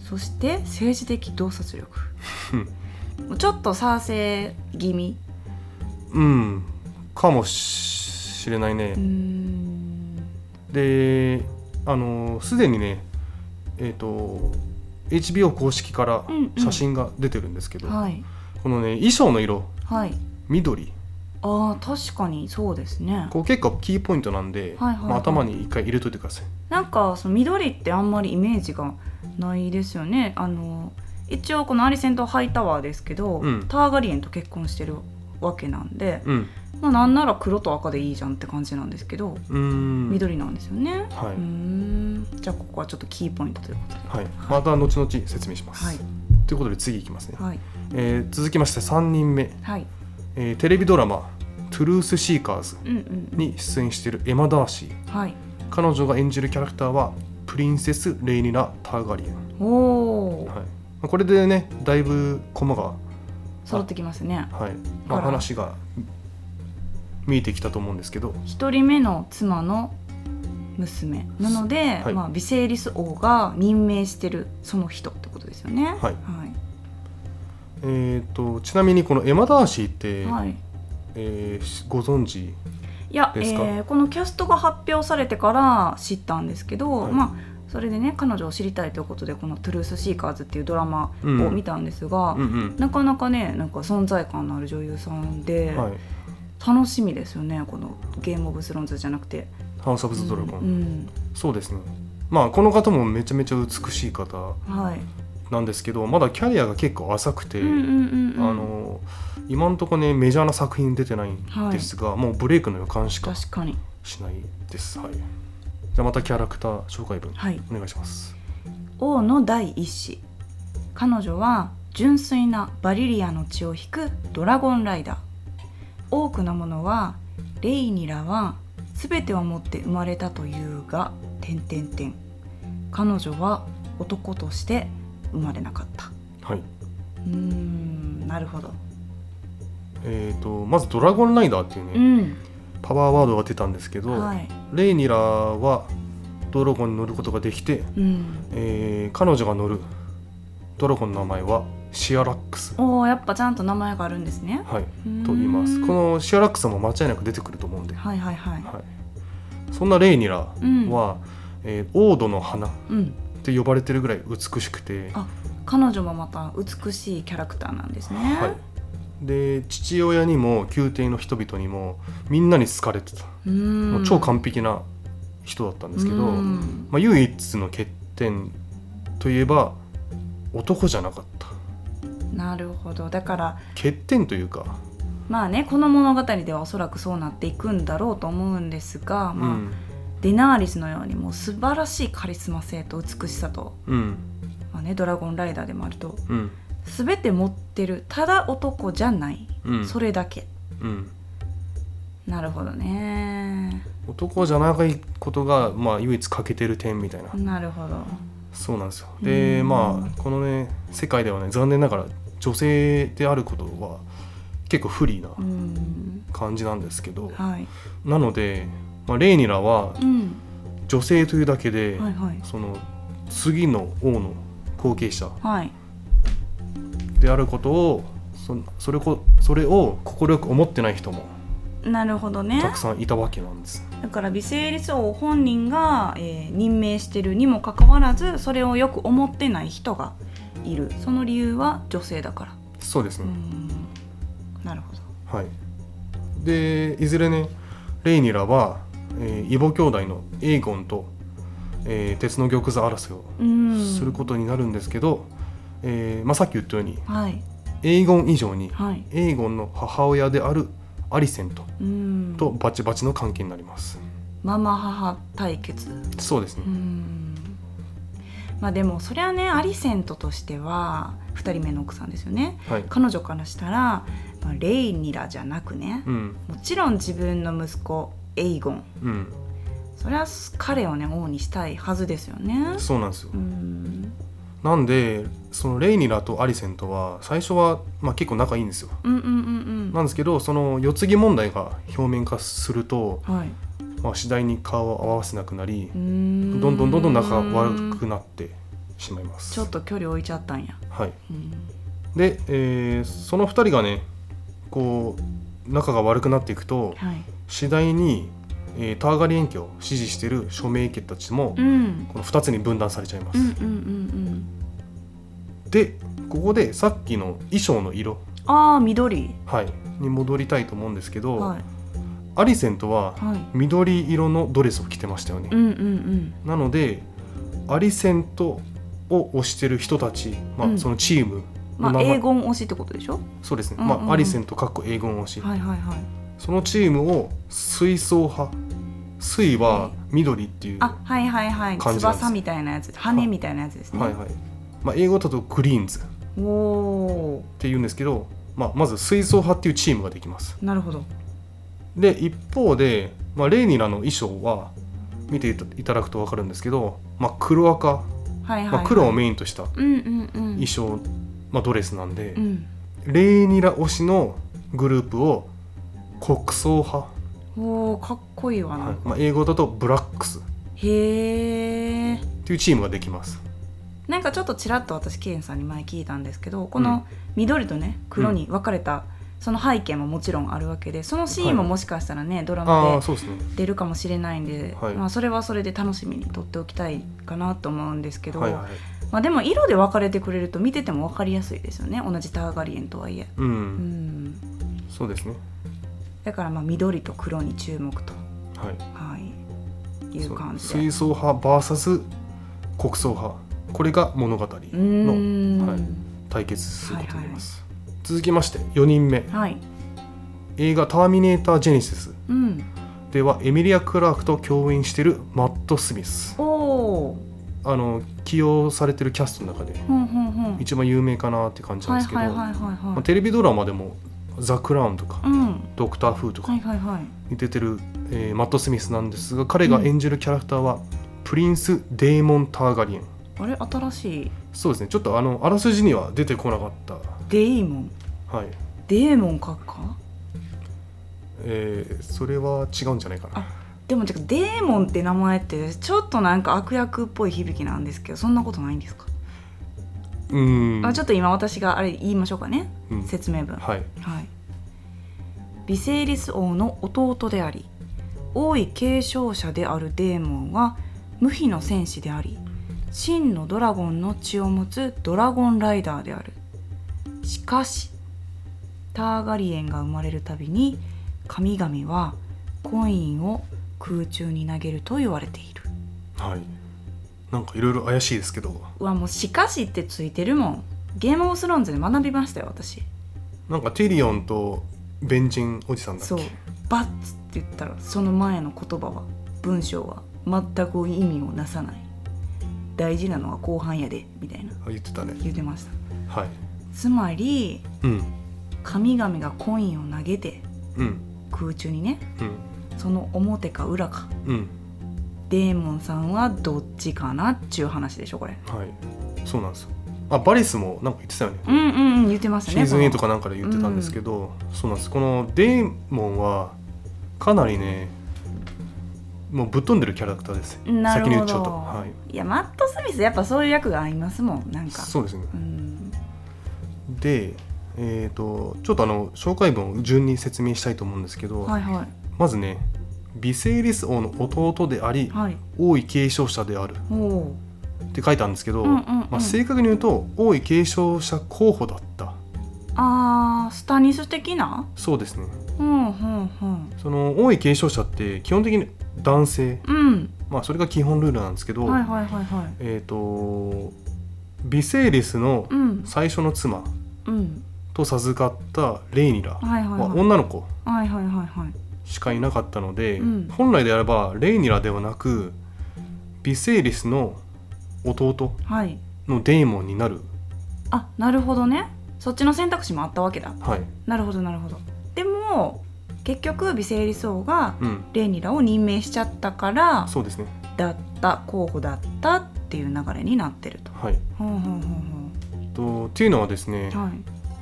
Speaker 1: そして政治的洞察力もうちょっと賛成気味
Speaker 2: うんかもしれないね、
Speaker 1: うーん
Speaker 2: であのすでにねえっ、と HBO 公式から
Speaker 1: うんうん
Speaker 2: 写真が出てるんですけど、
Speaker 1: はい
Speaker 2: このね衣装の色
Speaker 1: はい
Speaker 2: 緑
Speaker 1: あー確かにそうですね
Speaker 2: こう結構キーポイントなんで、
Speaker 1: はいはいはい
Speaker 2: まあ、頭に一回入れといてください
Speaker 1: なんかその緑ってあんまりイメージがないですよねあの一応このアリセントハイタワーですけど、
Speaker 2: うん
Speaker 1: ターガリエンと結婚してるわけなんで、
Speaker 2: うん
Speaker 1: まあ、なんなら黒と赤でいいじゃんって感じなんですけど
Speaker 2: うーん
Speaker 1: 緑なんですよね、
Speaker 2: はい、
Speaker 1: うーんじゃあここはちょっとキーポイントということで
Speaker 2: はい、また後々説明します、
Speaker 1: はい
Speaker 2: ということで次いきますね、
Speaker 1: はい
Speaker 2: えー続きまして3人目、
Speaker 1: はい
Speaker 2: えーテレビドラマ「トゥルース・シーカーズ
Speaker 1: うんうん」うん
Speaker 2: に出演しているエマ・ダーシー
Speaker 1: はい
Speaker 2: 彼女が演じるキャラクターはプリンセス・レイニラ・ターガリエン、はい
Speaker 1: おお
Speaker 2: まあ、これでねだいぶ駒が、
Speaker 1: 揃ってきますね
Speaker 2: はいまあ
Speaker 1: あら
Speaker 2: 話が見えてきたと思うんですけど
Speaker 1: 一人目の妻の娘なので、
Speaker 2: はい
Speaker 1: まあ、ビセイリス王が任命してるその人ってことですよねは
Speaker 2: はい
Speaker 1: い
Speaker 2: えー、とちなみにこのエマ・ダーシーって、
Speaker 1: はい、い
Speaker 2: えーしご存知
Speaker 1: や、え
Speaker 2: ですか
Speaker 1: ーこのキャストが発表されてから知ったんですけど、
Speaker 2: はい
Speaker 1: まあそれでね彼女を知りたいということでこの「トゥルース・シーカーズ」っていうドラマを
Speaker 2: うん
Speaker 1: 見たんですが、
Speaker 2: うんうん
Speaker 1: なかなかねなんか存在感のある女優さんで、
Speaker 2: はい
Speaker 1: 楽しみですよねこの「ゲーム・オブ・スローンズ」じゃなくて。
Speaker 2: 「ハウス・オブ・ザ・ドラゴン」
Speaker 1: うん
Speaker 2: そうですねまあこの方もめちゃめちゃ美しい方
Speaker 1: うんはい
Speaker 2: なんですけどまだキャリアが結構浅くて、
Speaker 1: うんうんうんうん
Speaker 2: あの今んとこねメジャーな作品出てないんですが、もうブレイクの予感しか
Speaker 1: 確かに
Speaker 2: しないですはいじゃあまたキャラクター紹介文
Speaker 1: はい
Speaker 2: お願いします
Speaker 1: 王の第一子彼女は純粋なバリリアの血を引くドラゴンライダー多くのものはレイニラは全てを持って生まれたというが点々点彼女は男として生まれなかった
Speaker 2: はいう
Speaker 1: ーんなるほど
Speaker 2: えー、とまず「ドラゴンライダー」っていうね、
Speaker 1: うん
Speaker 2: パワーワードが出たんですけど、
Speaker 1: はい
Speaker 2: レイニラはドラゴンに乗ることができて、
Speaker 1: うん
Speaker 2: えー彼女が乗るドラゴンの名前はシアラックス
Speaker 1: おーやっぱちゃんと名前があるんですね
Speaker 2: はいう
Speaker 1: ーん
Speaker 2: と言いますこのシアラックスも間違いなく出てくると思うんで、は
Speaker 1: はいはいはい
Speaker 2: い、そんなレイニラは、
Speaker 1: うん
Speaker 2: えー王土の花っ
Speaker 1: うん
Speaker 2: て呼ばれてるぐらい美しくて、
Speaker 1: あ彼女もまた美しいキャラクターなんですね、
Speaker 2: はい、で父親にも宮廷の人々にもみんなに好かれてた、
Speaker 1: うーん
Speaker 2: もう超完璧な人だったんですけど、
Speaker 1: うん
Speaker 2: まあ、唯一の欠点といえば男じゃなかった
Speaker 1: なるほどだから
Speaker 2: 欠点というか、
Speaker 1: まあねこの物語ではおそらくそうなっていくんだろうと思うんですが、
Speaker 2: う
Speaker 1: まあ
Speaker 2: ん
Speaker 1: デナーリスのようにもう素晴らしいカリスマ性と美しさと、
Speaker 2: うん
Speaker 1: まあね、ドラゴンライダーでもあると
Speaker 2: うん
Speaker 1: 全て持ってるただ男じゃない、
Speaker 2: うん
Speaker 1: それだけ
Speaker 2: うん、
Speaker 1: なるほどね
Speaker 2: 男じゃないことが、まあ、唯一欠けてる点みたいな、
Speaker 1: なるほど
Speaker 2: そうなんですよで
Speaker 1: うん
Speaker 2: まあこのね世界ではね残念ながら女性であることは結構不利な
Speaker 1: うん
Speaker 2: 感じなんですけど、
Speaker 1: はい、
Speaker 2: なので、まあ、レイニラは
Speaker 1: うん、
Speaker 2: 女性というだけで、
Speaker 1: はいはい
Speaker 2: その次の王の後継者
Speaker 1: はい
Speaker 2: であることをそそれこそれを快く思ってない人も
Speaker 1: なるほどね
Speaker 2: たくさんいたわけなんです。
Speaker 1: だから微生理王本人が、えー任命してるにもかかわらずそれをよく思ってない人がいるその理由は女性だから
Speaker 2: そうです
Speaker 1: う
Speaker 2: ね、
Speaker 1: ーんなるほど
Speaker 2: はい、でいずれねレイニラは、えーイボ兄弟のエイゴンと、えー鉄の玉座争いを
Speaker 1: うーん
Speaker 2: することになるんですけど、えーまあ、さっき言ったように
Speaker 1: はい
Speaker 2: エイゴン以上に
Speaker 1: はい
Speaker 2: エイゴンの母親であるアリセント
Speaker 1: うーん
Speaker 2: とバチバチの関係になります。
Speaker 1: ママ母対決う
Speaker 2: そうですね
Speaker 1: ー、んまあでもそれはねアリセントとしては2人目の奥さんですよね
Speaker 2: はい、
Speaker 1: 彼女からしたら、まあレイニラじゃなくね
Speaker 2: うん
Speaker 1: もちろん自分の息子エイゴン
Speaker 2: うん、
Speaker 1: それは彼をね王にしたいはずですよね
Speaker 2: そうなんですよ
Speaker 1: うーん
Speaker 2: なんでそのレイニラとアリセントは最初は、まあ、結構仲いいんですよ
Speaker 1: うんうんうん
Speaker 2: なんですけどその世継ぎ問題が表面化すると、
Speaker 1: うんはい
Speaker 2: まあ、次第に顔を合わせなくなり
Speaker 1: うーん
Speaker 2: どんどんどんどん仲が悪くなってしまいます
Speaker 1: ちょっと距離置いちゃったんや、
Speaker 2: はい、
Speaker 1: うん、
Speaker 2: で、えーその2人がねこう仲が悪くなっていくと
Speaker 1: はい
Speaker 2: 次第に、えーターガリエン家を支持している署名家たちも、
Speaker 1: うん
Speaker 2: この2つに分断されちゃいま
Speaker 1: う
Speaker 2: す、
Speaker 1: んうんうんうん
Speaker 2: でここでさっきの衣装の色、
Speaker 1: ああ緑
Speaker 2: はい、に戻りたいと思うんですけど、
Speaker 1: はい
Speaker 2: アリセントは
Speaker 1: はい
Speaker 2: 緑色のドレスを着てましたよね、
Speaker 1: うんうん
Speaker 2: なのでアリセントを推してる人たち、まあ
Speaker 1: うん
Speaker 2: そのチーム
Speaker 1: う
Speaker 2: の
Speaker 1: んまあ
Speaker 2: 名前、
Speaker 1: 英語推しってことでしょ
Speaker 2: そうですね、
Speaker 1: うんうんうん
Speaker 2: まあ、アリセントかっこ英語推し、
Speaker 1: はいはいはい
Speaker 2: そのチームを水槽派水は緑っていう、
Speaker 1: あはいはいはい
Speaker 2: 感じなんです
Speaker 1: 翼みたいなやつ羽みたいなやつですね、
Speaker 2: はいはいまあ、英語だとグリーンズっ
Speaker 1: おお
Speaker 2: ていうんですけど、まあ、まず水槽派っていうチームができます
Speaker 1: ーなるほど
Speaker 2: で一方で、まあ、レーニラの衣装は見ていたいただくと分かるんですけど、まあ、黒赤、
Speaker 1: はいはい、はい
Speaker 2: まあ、黒をメインとした
Speaker 1: うんうんうん
Speaker 2: 衣装、まあ、ドレスなんで、
Speaker 1: うん
Speaker 2: レーニラ推しのグループを国葬派、
Speaker 1: おーかっこいいわな、
Speaker 2: はいまあ、英語だとブラックスっ
Speaker 1: へえ
Speaker 2: ていうチームができます
Speaker 1: なんかちょっとちらっと私ケンさんに前聞いたんですけどこ
Speaker 2: うん
Speaker 1: の緑とね黒に分かれた、その背景ももちろんあるわけでそのシーンももしかしたらね、ドラ
Speaker 2: あ
Speaker 1: マ
Speaker 2: あそうですね
Speaker 1: で出るかもしれないんで、
Speaker 2: はい
Speaker 1: まあ、それはそれで楽しみにとっておきたいかなと思うんですけど、
Speaker 2: はいはい
Speaker 1: まあ、でも色で分かれてくれると見てても分かりやすいですよね同じターガリエンとはいえ。
Speaker 2: う、
Speaker 1: うんん
Speaker 2: そうですね
Speaker 1: だからまあ緑と黒に注目と、
Speaker 2: はい
Speaker 1: はい、いう感じ
Speaker 2: そう
Speaker 1: で
Speaker 2: 水槽派 VS 国葬派これが物語
Speaker 1: うー
Speaker 2: の
Speaker 1: ん
Speaker 2: は
Speaker 1: はいい
Speaker 2: 対決することになります、続きまして4人目
Speaker 1: はい
Speaker 2: 映画「ターミネーター・ジェネシス
Speaker 1: うん」
Speaker 2: ではエミリア・クラークと共演しているマット・スミス
Speaker 1: おお
Speaker 2: あの起用されてるキャストの中で
Speaker 1: ーほんほんほん
Speaker 2: 一番有名かなって感じなん
Speaker 1: は
Speaker 2: で
Speaker 1: い
Speaker 2: すけど、
Speaker 1: はいはいはい
Speaker 2: まあ
Speaker 1: は
Speaker 2: テレビドラマでも「ザ・クラウン」とか
Speaker 1: いうん
Speaker 2: 「ドクター・フー」と
Speaker 1: は
Speaker 2: か
Speaker 1: いはいはい
Speaker 2: に出てる、えーマット・スミスなんですが彼が演じるキャラクターは、プリンス・デーモン・ターガリエン
Speaker 1: あれ新しい
Speaker 2: そうですねちょっとあのあらすじには出てこなかった
Speaker 1: デイモン
Speaker 2: はい、
Speaker 1: デーモン閣下
Speaker 2: えーそれは違うんじゃないかな
Speaker 1: でもてかデーモンって名前ってちょっとなんか悪役っぽい響きなんですけどそんなことないんですか、
Speaker 2: うーん
Speaker 1: あちょっと今私があれ言いましょうかね
Speaker 2: うん
Speaker 1: 説明文
Speaker 2: はい
Speaker 1: はい、ヴィセーリス王の弟であり王位継承者であるデーモンは無比の戦士であり真のドラゴンの血を持つドラゴンライダーであるしかしターガリエンが生まれるたびに神々はコインを空中に投げると言われている
Speaker 2: はいなんかいろいろ怪しいですけど
Speaker 1: うわもう「しかし」ってついてるもんゲームオブスローンズで学びましたよ私
Speaker 2: なんかテリオンとベンジンおじさんだっけ
Speaker 1: そう「バッツ」って言ったらその前の言葉は文章は全く意味をなさない大事なのは後半やでみたいな
Speaker 2: あ言ってたね
Speaker 1: 言ってました
Speaker 2: はい
Speaker 1: つまり
Speaker 2: うん
Speaker 1: 神々がコインを投げて
Speaker 2: うん
Speaker 1: 空中にね
Speaker 2: うん
Speaker 1: その表か裏か
Speaker 2: うん
Speaker 1: デーモンさんはどっちかなっちゅう話でしょこれ
Speaker 2: はいそうなんですよあバリスもなんか言ってたよね
Speaker 1: うんうんうん言ってました
Speaker 2: シ
Speaker 1: ね
Speaker 2: ーズン8と
Speaker 1: こ
Speaker 2: かなんかで言ってたんですけど、そうなんですこのデーモンはかなりねもうぶっ飛んでるキャラクターです
Speaker 1: のなる
Speaker 2: 先に言
Speaker 1: ほ
Speaker 2: っちゃうと
Speaker 1: ど、、
Speaker 2: はい
Speaker 1: やマット・スミスやっぱそういう役が合いますもんなん
Speaker 2: い
Speaker 1: か
Speaker 2: そうですね
Speaker 1: うん
Speaker 2: でえー、とちょっとあの紹介文を順に説明したいと思うんですけど、
Speaker 1: はいはい
Speaker 2: まずねヴィセーリス王の弟であり
Speaker 1: はい
Speaker 2: 王位継承者である
Speaker 1: おお
Speaker 2: って書いてあるんですけど、
Speaker 1: うんうんうん
Speaker 2: まあ、正確に言うと王位継承者候補だった
Speaker 1: あースタニス的な
Speaker 2: そうですね
Speaker 1: うんうんうん
Speaker 2: その王位継承者って基本的に男性、
Speaker 1: うん
Speaker 2: まあ、それが基本ルールなんですけど、
Speaker 1: はいはいはいはい
Speaker 2: えっ、とヴィセーリスの
Speaker 1: うん
Speaker 2: 最初の妻
Speaker 1: うん
Speaker 2: と授かったレイニラ
Speaker 1: はいはい
Speaker 2: は
Speaker 1: はい
Speaker 2: 女の子
Speaker 1: はいはいはいはい
Speaker 2: しかいなかったので、
Speaker 1: うん
Speaker 2: 本来であればレイニラではなくヴィセーリスの弟
Speaker 1: はい
Speaker 2: のデーモンになる、
Speaker 1: あなるほどねそっちの選択肢もあったわけだ
Speaker 2: はい
Speaker 1: なるほどなるほどでも結局微生理層が
Speaker 2: うん、
Speaker 1: レイニラを任命しちゃったから
Speaker 2: そうですね、
Speaker 1: だった候補だったっていう流れになってると
Speaker 2: はい、
Speaker 1: ほうほうほうほう
Speaker 2: とっていうのはですね、
Speaker 1: はい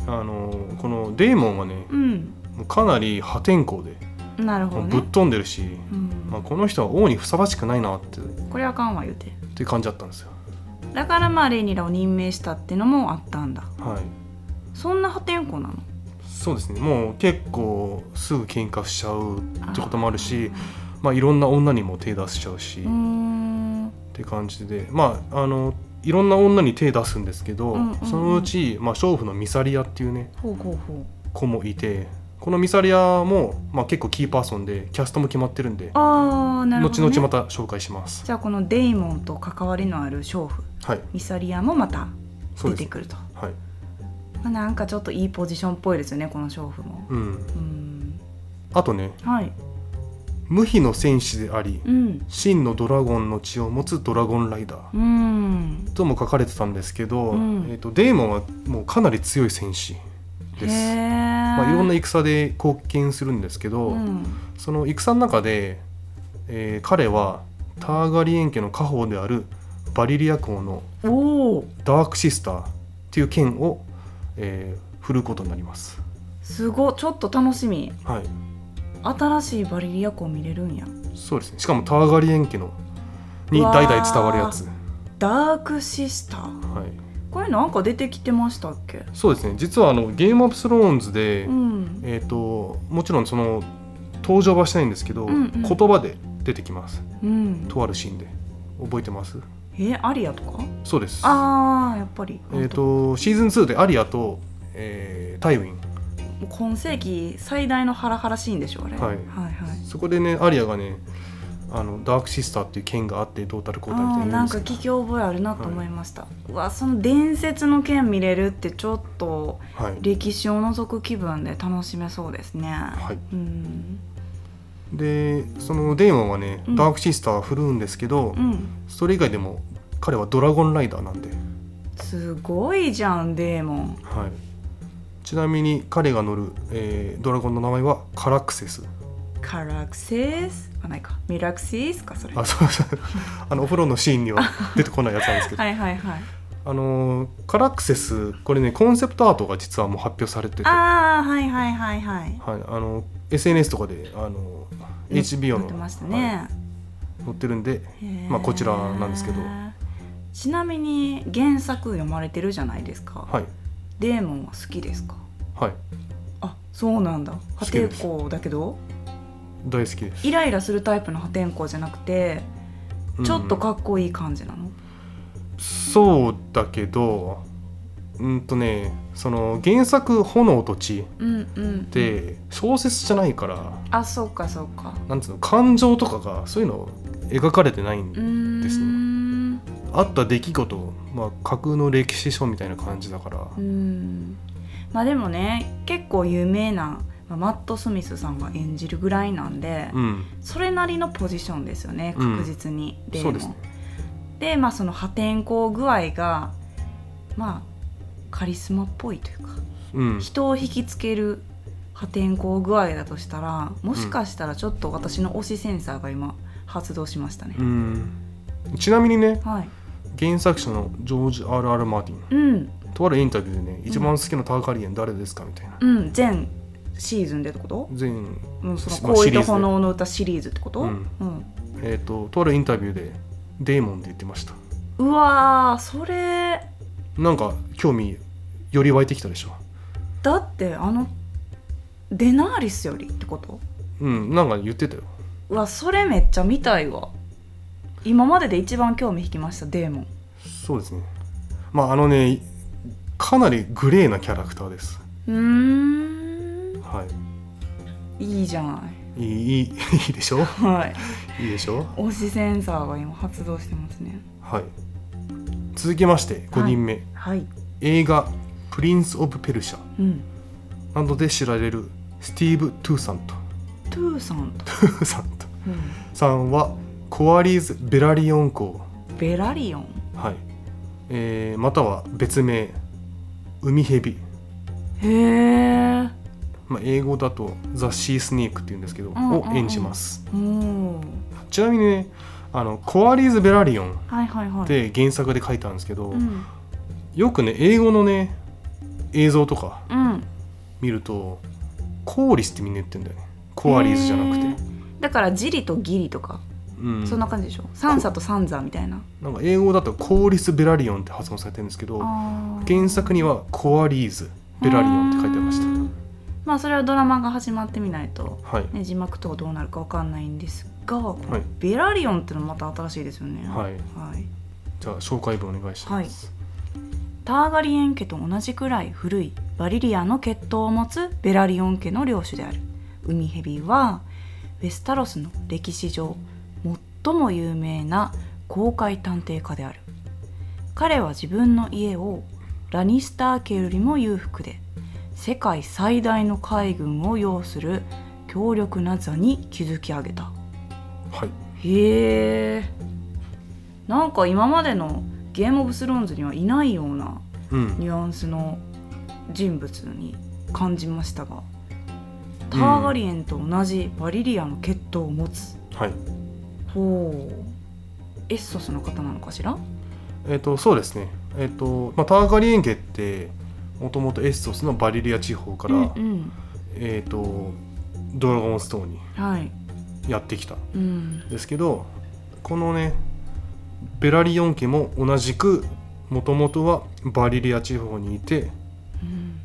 Speaker 2: あのこのデーモンはね
Speaker 1: うん
Speaker 2: もうかなり破天荒で、
Speaker 1: なるほ
Speaker 2: も
Speaker 1: ど
Speaker 2: うぶっ
Speaker 1: ね、
Speaker 2: 飛んでるし、
Speaker 1: うん
Speaker 2: まあ、この人は王にふさわしくないなってっ
Speaker 1: これあかんわ言うて
Speaker 2: ていう感じだったんですよ。
Speaker 1: だからまあレイニラを任命したってのもあったんだ
Speaker 2: はい
Speaker 1: そんな破天荒なの
Speaker 2: そうですねもう結構すぐ喧嘩しちゃうってこともあるしまあ、いろんな女にも手出しちゃうし、
Speaker 1: うーん
Speaker 2: って感じでまああのいろんな女に手出すんですけど、
Speaker 1: うんうんうん
Speaker 2: そのうち、まあ、娼婦のミサリアっていうね
Speaker 1: ほうほうほう
Speaker 2: 子もいてこのミサリアも、まあ、結構キーパーソンでキャストも決まってるんで、
Speaker 1: ああなるほ
Speaker 2: 後
Speaker 1: ど、ね、
Speaker 2: 々また紹介します
Speaker 1: じゃあこのデイモンと関わりのある娼婦
Speaker 2: はい
Speaker 1: ミサリアもまた
Speaker 2: そう
Speaker 1: 出
Speaker 2: で
Speaker 1: て
Speaker 2: す
Speaker 1: くると、ま
Speaker 2: はい
Speaker 1: あ、なんかちょっといいポジションっぽいですよねこの娼婦も
Speaker 2: うん
Speaker 1: うーん
Speaker 2: あとね
Speaker 1: はい
Speaker 2: 無比の戦士であり
Speaker 1: うん
Speaker 2: 真のドラゴンの血を持つドラゴンライダー
Speaker 1: うーん
Speaker 2: とも書かれてたんですけど、
Speaker 1: うん
Speaker 2: えー、とデーモンはもうかなり強い戦士
Speaker 1: へ
Speaker 2: です、
Speaker 1: え、
Speaker 2: まあ、いろんな
Speaker 1: 意
Speaker 2: 戦で貢献するんですけど、
Speaker 1: うん、
Speaker 2: その戦の中で、えー彼はターガリエン家の家宝であるバリリア公の
Speaker 1: おお
Speaker 2: ダークシスターっていう剣を、えー振ることになります。
Speaker 1: すごいちょっと楽しみ
Speaker 2: はい、
Speaker 1: 新しいバリリア湖見れるんや
Speaker 2: そうですね。しかもターガリエン家のに代々伝わるやつ。
Speaker 1: ダークシスター
Speaker 2: はい、
Speaker 1: これなんか出てきてましたっけ
Speaker 2: そうですね。実はあのゲームオブスローンズで、
Speaker 1: うん
Speaker 2: えっ、ともちろんその登場はしないんですけど、
Speaker 1: うんうん
Speaker 2: 言葉で出てきます。
Speaker 1: うん
Speaker 2: とあるシーンで覚えてます。
Speaker 1: えアリアとか
Speaker 2: そうです。
Speaker 1: あーやっぱり
Speaker 2: えっ、とシーズン2でアリアと、えータイウィン
Speaker 1: もう今世紀最大のハラハラシーンでしょあれ、
Speaker 2: はい
Speaker 1: はいはい
Speaker 2: そこでねアリアがねあのダークシスターっていう剣があってどうたるこうたるみ
Speaker 1: あ
Speaker 2: た
Speaker 1: ー
Speaker 2: いな
Speaker 1: なん
Speaker 2: 言
Speaker 1: か
Speaker 2: うんです
Speaker 1: 聞き覚えあるなと思いました、うわその伝説の剣見れるってちょっと
Speaker 2: けどはい、
Speaker 1: 歴史を覗く気分で楽しめそうですね、
Speaker 2: はい、
Speaker 1: うん
Speaker 2: でそのデーモンはね、
Speaker 1: うん
Speaker 2: ダークシスターを振るうんですけど、
Speaker 1: うん
Speaker 2: それ以外でも彼はドラゴンライダーなんで、
Speaker 1: すごいじゃんデーモン
Speaker 2: はい、ちなみに彼が乗る、えードラゴンの名前はカラクセス
Speaker 1: カラクセスあないかミラクシスかそれ
Speaker 2: あ
Speaker 1: は
Speaker 2: そうそうあのお風呂のシーンには出てこないやつなんですけど、
Speaker 1: いはいはい
Speaker 2: あのーカラクセスこれねコンセプトアートが実はもう発表されてて
Speaker 1: ああはいはいはいはい
Speaker 2: はい、あの SNS とかであの HBO
Speaker 1: 載
Speaker 2: の
Speaker 1: ってました
Speaker 2: は
Speaker 1: ね、
Speaker 2: い載ってるんで
Speaker 1: へー
Speaker 2: まあこちらなんですけど
Speaker 1: ちなみに原作読まれてるじゃないですか、
Speaker 2: はい
Speaker 1: デーモンは好きですか
Speaker 2: はい
Speaker 1: あそうなんだ破
Speaker 2: きで
Speaker 1: 天
Speaker 2: す
Speaker 1: 荒だけど
Speaker 2: 大好きです
Speaker 1: イライラするタイプの破天荒じゃなくてちょっと
Speaker 2: うん
Speaker 1: かっこいい感じなの、
Speaker 2: そうだけどうんとねその原作「炎と血」
Speaker 1: うん、うんうん
Speaker 2: って小説じゃないから
Speaker 1: あそうかそうか
Speaker 2: なんつうの感情とかがそういうの描かれてないん
Speaker 1: うーん
Speaker 2: ですあった出来事、まあ、架空の歴史書みたいな感じだから
Speaker 1: うんまあでもね結構有名な、まあマット・スミスさんが演じるぐらいなんで、
Speaker 2: うん
Speaker 1: それなりのポジションですよね
Speaker 2: うん
Speaker 1: 確実に、デー
Speaker 2: そ
Speaker 1: モン
Speaker 2: うですね
Speaker 1: でまあその破天荒具合がまあカリスマっぽいというか
Speaker 2: うん
Speaker 1: 人を引きつける破天荒具合だとしたらもしかしたらちょっと私の推しセンサーが今発動しましたね、
Speaker 2: うんちなみにね
Speaker 1: はい
Speaker 2: 原作者のジョージ・ R.R. マーティン
Speaker 1: うん
Speaker 2: とあるインタビューでね、一番好きなターカリエン誰ですかみたいな。
Speaker 1: うん全シーズンでってこと、
Speaker 2: 全、
Speaker 1: うん、その
Speaker 2: まあシ
Speaker 1: 恋
Speaker 2: リ
Speaker 1: と
Speaker 2: ーズで
Speaker 1: 炎の歌シリーズってこと、
Speaker 2: うん
Speaker 1: うん
Speaker 2: えっ、と、とあるインタビューで、デーモンって言ってました。
Speaker 1: うわーそれ
Speaker 2: なんか、興味、より湧いてきたでしょ。
Speaker 1: だってあのデナーリスよりってこと
Speaker 2: うん、なんか言ってたよ。
Speaker 1: うわそれめっちゃ見たいわ今までで一番興味引きましたデーモン
Speaker 2: そうですね。まあ、あのね、かなりグレーなキャラクターです。
Speaker 1: うーん
Speaker 2: はい
Speaker 1: いじゃない
Speaker 2: い。いい、いい、いいでしょ
Speaker 1: いはい
Speaker 2: いいでしょ
Speaker 1: 推しセンサーが今発動してますね
Speaker 2: はい。続きまして、5人目。
Speaker 1: はい
Speaker 2: 映画、プリンス・オブ・ペルシャ
Speaker 1: うん
Speaker 2: などで知られるスティーブ・トゥーさんと、
Speaker 1: トゥーさんと、
Speaker 2: トゥーさんと、さんはコアリーズ・ベラリオン公、
Speaker 1: ベラリオン
Speaker 2: はいえーまたは別名海蛇、
Speaker 1: へえ
Speaker 2: まあ、英語だとザ・シー・スネークっていうんですけど、
Speaker 1: んうんうん
Speaker 2: を演じます
Speaker 1: おー
Speaker 2: ちなみにねあのコアリーズ・ベラリオン
Speaker 1: はいはいはい
Speaker 2: って原作で書いたんですけど、
Speaker 1: うん、
Speaker 2: よくね英語のね映像とか
Speaker 1: うん
Speaker 2: 見るとコーリスってみんな言ってんだよねコアリーズじゃなく
Speaker 1: へ
Speaker 2: て、
Speaker 1: ーだからジリとギリとか、
Speaker 2: うん、
Speaker 1: そんな感じでしょサンサとサンザみたいな
Speaker 2: なんか英語だとコーリス・ベラリオンって発音されてるんですけど
Speaker 1: あー
Speaker 2: 原作にはコアリーズ・ベラリオンって書いてありまし
Speaker 1: う
Speaker 2: た
Speaker 1: んまあそれはドラマが始まってみないと、
Speaker 2: はい
Speaker 1: ね、字幕とかどうなるかわかんないんですが、この
Speaker 2: はい
Speaker 1: ベラリオンってのもまた新しいですよね、
Speaker 2: はいい
Speaker 1: はい、
Speaker 2: じゃあ紹介文お願いします、
Speaker 1: ターガリエン家と同じくらい古いバリリアの血統を持つベラリオン家の領主である海蛇はウェスタロスの歴史上最も有名な公開探偵家である彼は自分の家をラニスター家よりも裕福で世界最大の海軍を要する強力な座に築き上げた
Speaker 2: はい
Speaker 1: へえなんか今までのゲームオブスローンズにはいないような
Speaker 2: うん
Speaker 1: ニュアンスの人物に感じましたがターガリエンと同じバリリアの血統を持つ、
Speaker 2: はい
Speaker 1: ほうエッソスの方なのかしら
Speaker 2: えっ、とそうですねえっ、と、まあ、ターガリエン家ってもともとエッソスのバリリア地方から、
Speaker 1: うん
Speaker 2: えっ、とドラゴンストーンに
Speaker 1: うん、はい、
Speaker 2: やってきた
Speaker 1: うん、
Speaker 2: ですけどこのねベラリオン家も同じくもともとはバリリア地方にいて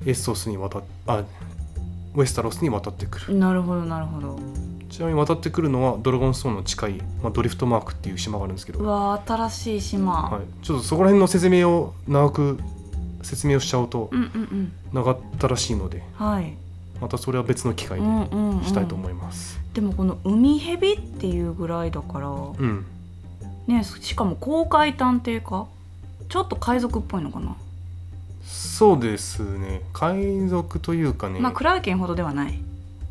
Speaker 1: う
Speaker 2: エッソスに渡っあウェスタロスに渡ってくる、
Speaker 1: ん、なるほどなるほど
Speaker 2: ちなみに渡ってくるのはドラゴンストーンの近い、まあ、ドリフトマークっていう島があるんですけ
Speaker 1: う
Speaker 2: ど、
Speaker 1: わー新しい島、
Speaker 2: はい、ちょっとそこら辺の説明を長く説明をしちゃうと
Speaker 1: うんうんうん
Speaker 2: 長ったらしいので
Speaker 1: はい、
Speaker 2: またそれは別の機会
Speaker 1: う
Speaker 2: に
Speaker 1: んうんうん、
Speaker 2: したいと思います。
Speaker 1: でもこの「海蛇」っていうぐらいだから、
Speaker 2: うん、
Speaker 1: ねしかも公開探偵家ちょっと海賊っぽいのかな、
Speaker 2: そうですね海賊というかね、
Speaker 1: まあクラーケンほどではないう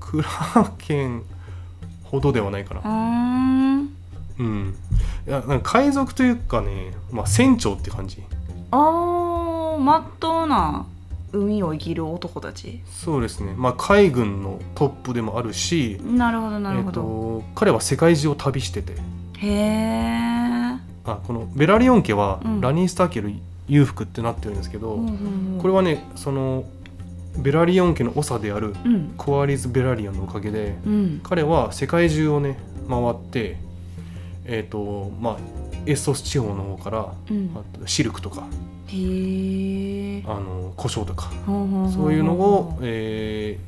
Speaker 2: クラーケンほどではないかな
Speaker 1: ー。ん
Speaker 2: うん、いやなんか海賊というかね、まあ、船長って感じ
Speaker 1: あーまっとうな海を生きる男たち
Speaker 2: そうですね、まあ、海軍のトップでもあるし
Speaker 1: なるほどなるほど、
Speaker 2: えー、と彼は世界中を旅してて
Speaker 1: へえ、
Speaker 2: あこのベラリオン家は
Speaker 1: うん
Speaker 2: ラニースター家より裕福ってなってるんですけど、
Speaker 1: うんうんうん
Speaker 2: これはねそのベラリオン家の長である
Speaker 1: うん
Speaker 2: コアリズ・ベラリオンのおかげで
Speaker 1: うん
Speaker 2: 彼は世界中をね回ってえっ、とまあエッソス地方の方から
Speaker 1: うん
Speaker 2: あとシルクとか
Speaker 1: へえ
Speaker 2: あの胡椒とか
Speaker 1: ほほほ
Speaker 2: そういうのを、え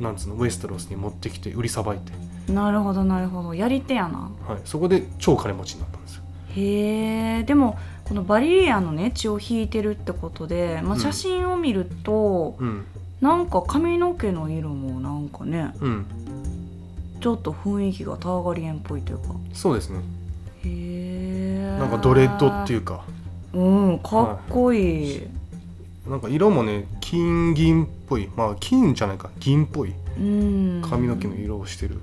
Speaker 2: ーなんつうのウェストロスに持ってきて売りさばいて、
Speaker 1: なるほどなるほどやり手やな
Speaker 2: はい、そこで超金持ちになったんですよ。
Speaker 1: へえでもこのバリリアのね血を引いてるってことで、ま
Speaker 2: う
Speaker 1: あ、
Speaker 2: ん
Speaker 1: 写真を見ると、
Speaker 2: うん
Speaker 1: なんか髪の毛の色もなんかね
Speaker 2: うん、
Speaker 1: ちょっと雰囲気がターガリエンっぽいというか
Speaker 2: そうですね
Speaker 1: へえ
Speaker 2: なんかドレッドっていううか
Speaker 1: うんかっこいい、
Speaker 2: なんか色もね金銀っぽいまあ金じゃないか銀っぽい
Speaker 1: うん
Speaker 2: 髪の毛の色をしてる、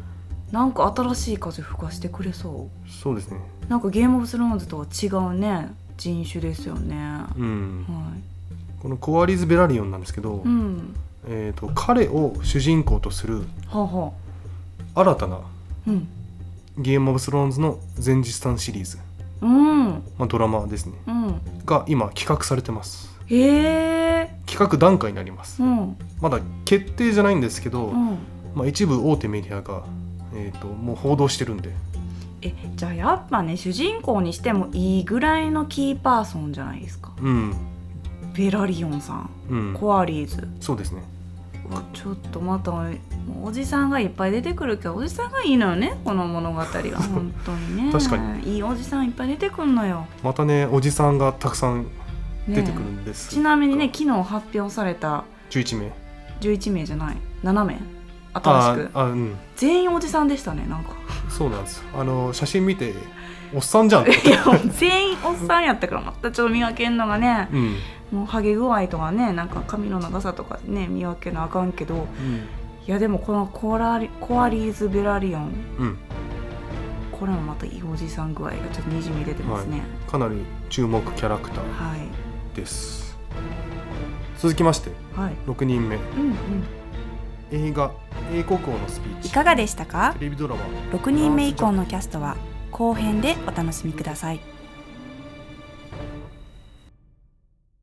Speaker 1: なんか新しい風吹かしてくれそう
Speaker 2: そうですね
Speaker 1: なんかゲームオブスローンズとは違うね人種ですよね、
Speaker 2: うん
Speaker 1: はい
Speaker 2: このコアリズ・ベラリオンなんですけど、
Speaker 1: うん
Speaker 2: えー、と彼を主人公とする
Speaker 1: はあは
Speaker 2: 新たな
Speaker 1: あうん
Speaker 2: ゲーム・オブ・スローンズの前日譚シリーズ、
Speaker 1: うん
Speaker 2: まあ、ドラマですね
Speaker 1: うん
Speaker 2: が今企画されてます
Speaker 1: へえ
Speaker 2: 企画段階になります
Speaker 1: うん
Speaker 2: まだ決定じゃないんですけど、
Speaker 1: うん
Speaker 2: まあ、一部大手メディアが、えー、ともう報道してるんで
Speaker 1: えじゃあやっぱね主人公にしてもいいぐらいのキーパーソンじゃないですか
Speaker 2: うん
Speaker 1: ベラリオンさん
Speaker 2: うん
Speaker 1: コアリーズ
Speaker 2: そうですね
Speaker 1: うわちょっとまたもうおじさんがいっぱい出てくるけどおじさんがいいのよねこの物
Speaker 2: *laughs*
Speaker 1: 語が本当にね
Speaker 2: 確かに
Speaker 1: いいおじさんいっぱい出てくるのよ、
Speaker 2: またねおじさんがたくさん
Speaker 1: ね
Speaker 2: 出てくるんです、
Speaker 1: ちなみにね昨日発表された
Speaker 2: 11名
Speaker 1: 11名じゃない7名新
Speaker 2: あ
Speaker 1: しく
Speaker 2: あうん
Speaker 1: 全員おじさんでしたねなんか
Speaker 2: そうなんですあの写真見ておっさんじゃんって
Speaker 1: *laughs* いやもう全員おっさんやったからまたちょっと見分けんのがね
Speaker 2: うん、
Speaker 1: もうハゲ具合とかねなんか髪の長さとかね見分けなあかんけどいやでもこのコラリコアリーズ・ベラリオン
Speaker 2: うん
Speaker 1: これもまたいいおじさん具合がちょっとにじみ出てますね
Speaker 2: かなり注目キャラクター
Speaker 1: はい
Speaker 2: です続きまして
Speaker 1: はい、
Speaker 2: 6人目
Speaker 1: うんうん、
Speaker 2: 映画「英国王のスピー
Speaker 3: い
Speaker 2: チ」
Speaker 3: かがでしたか
Speaker 2: テレビドラマ
Speaker 3: 6人目以降のキャストは後編でお楽しみください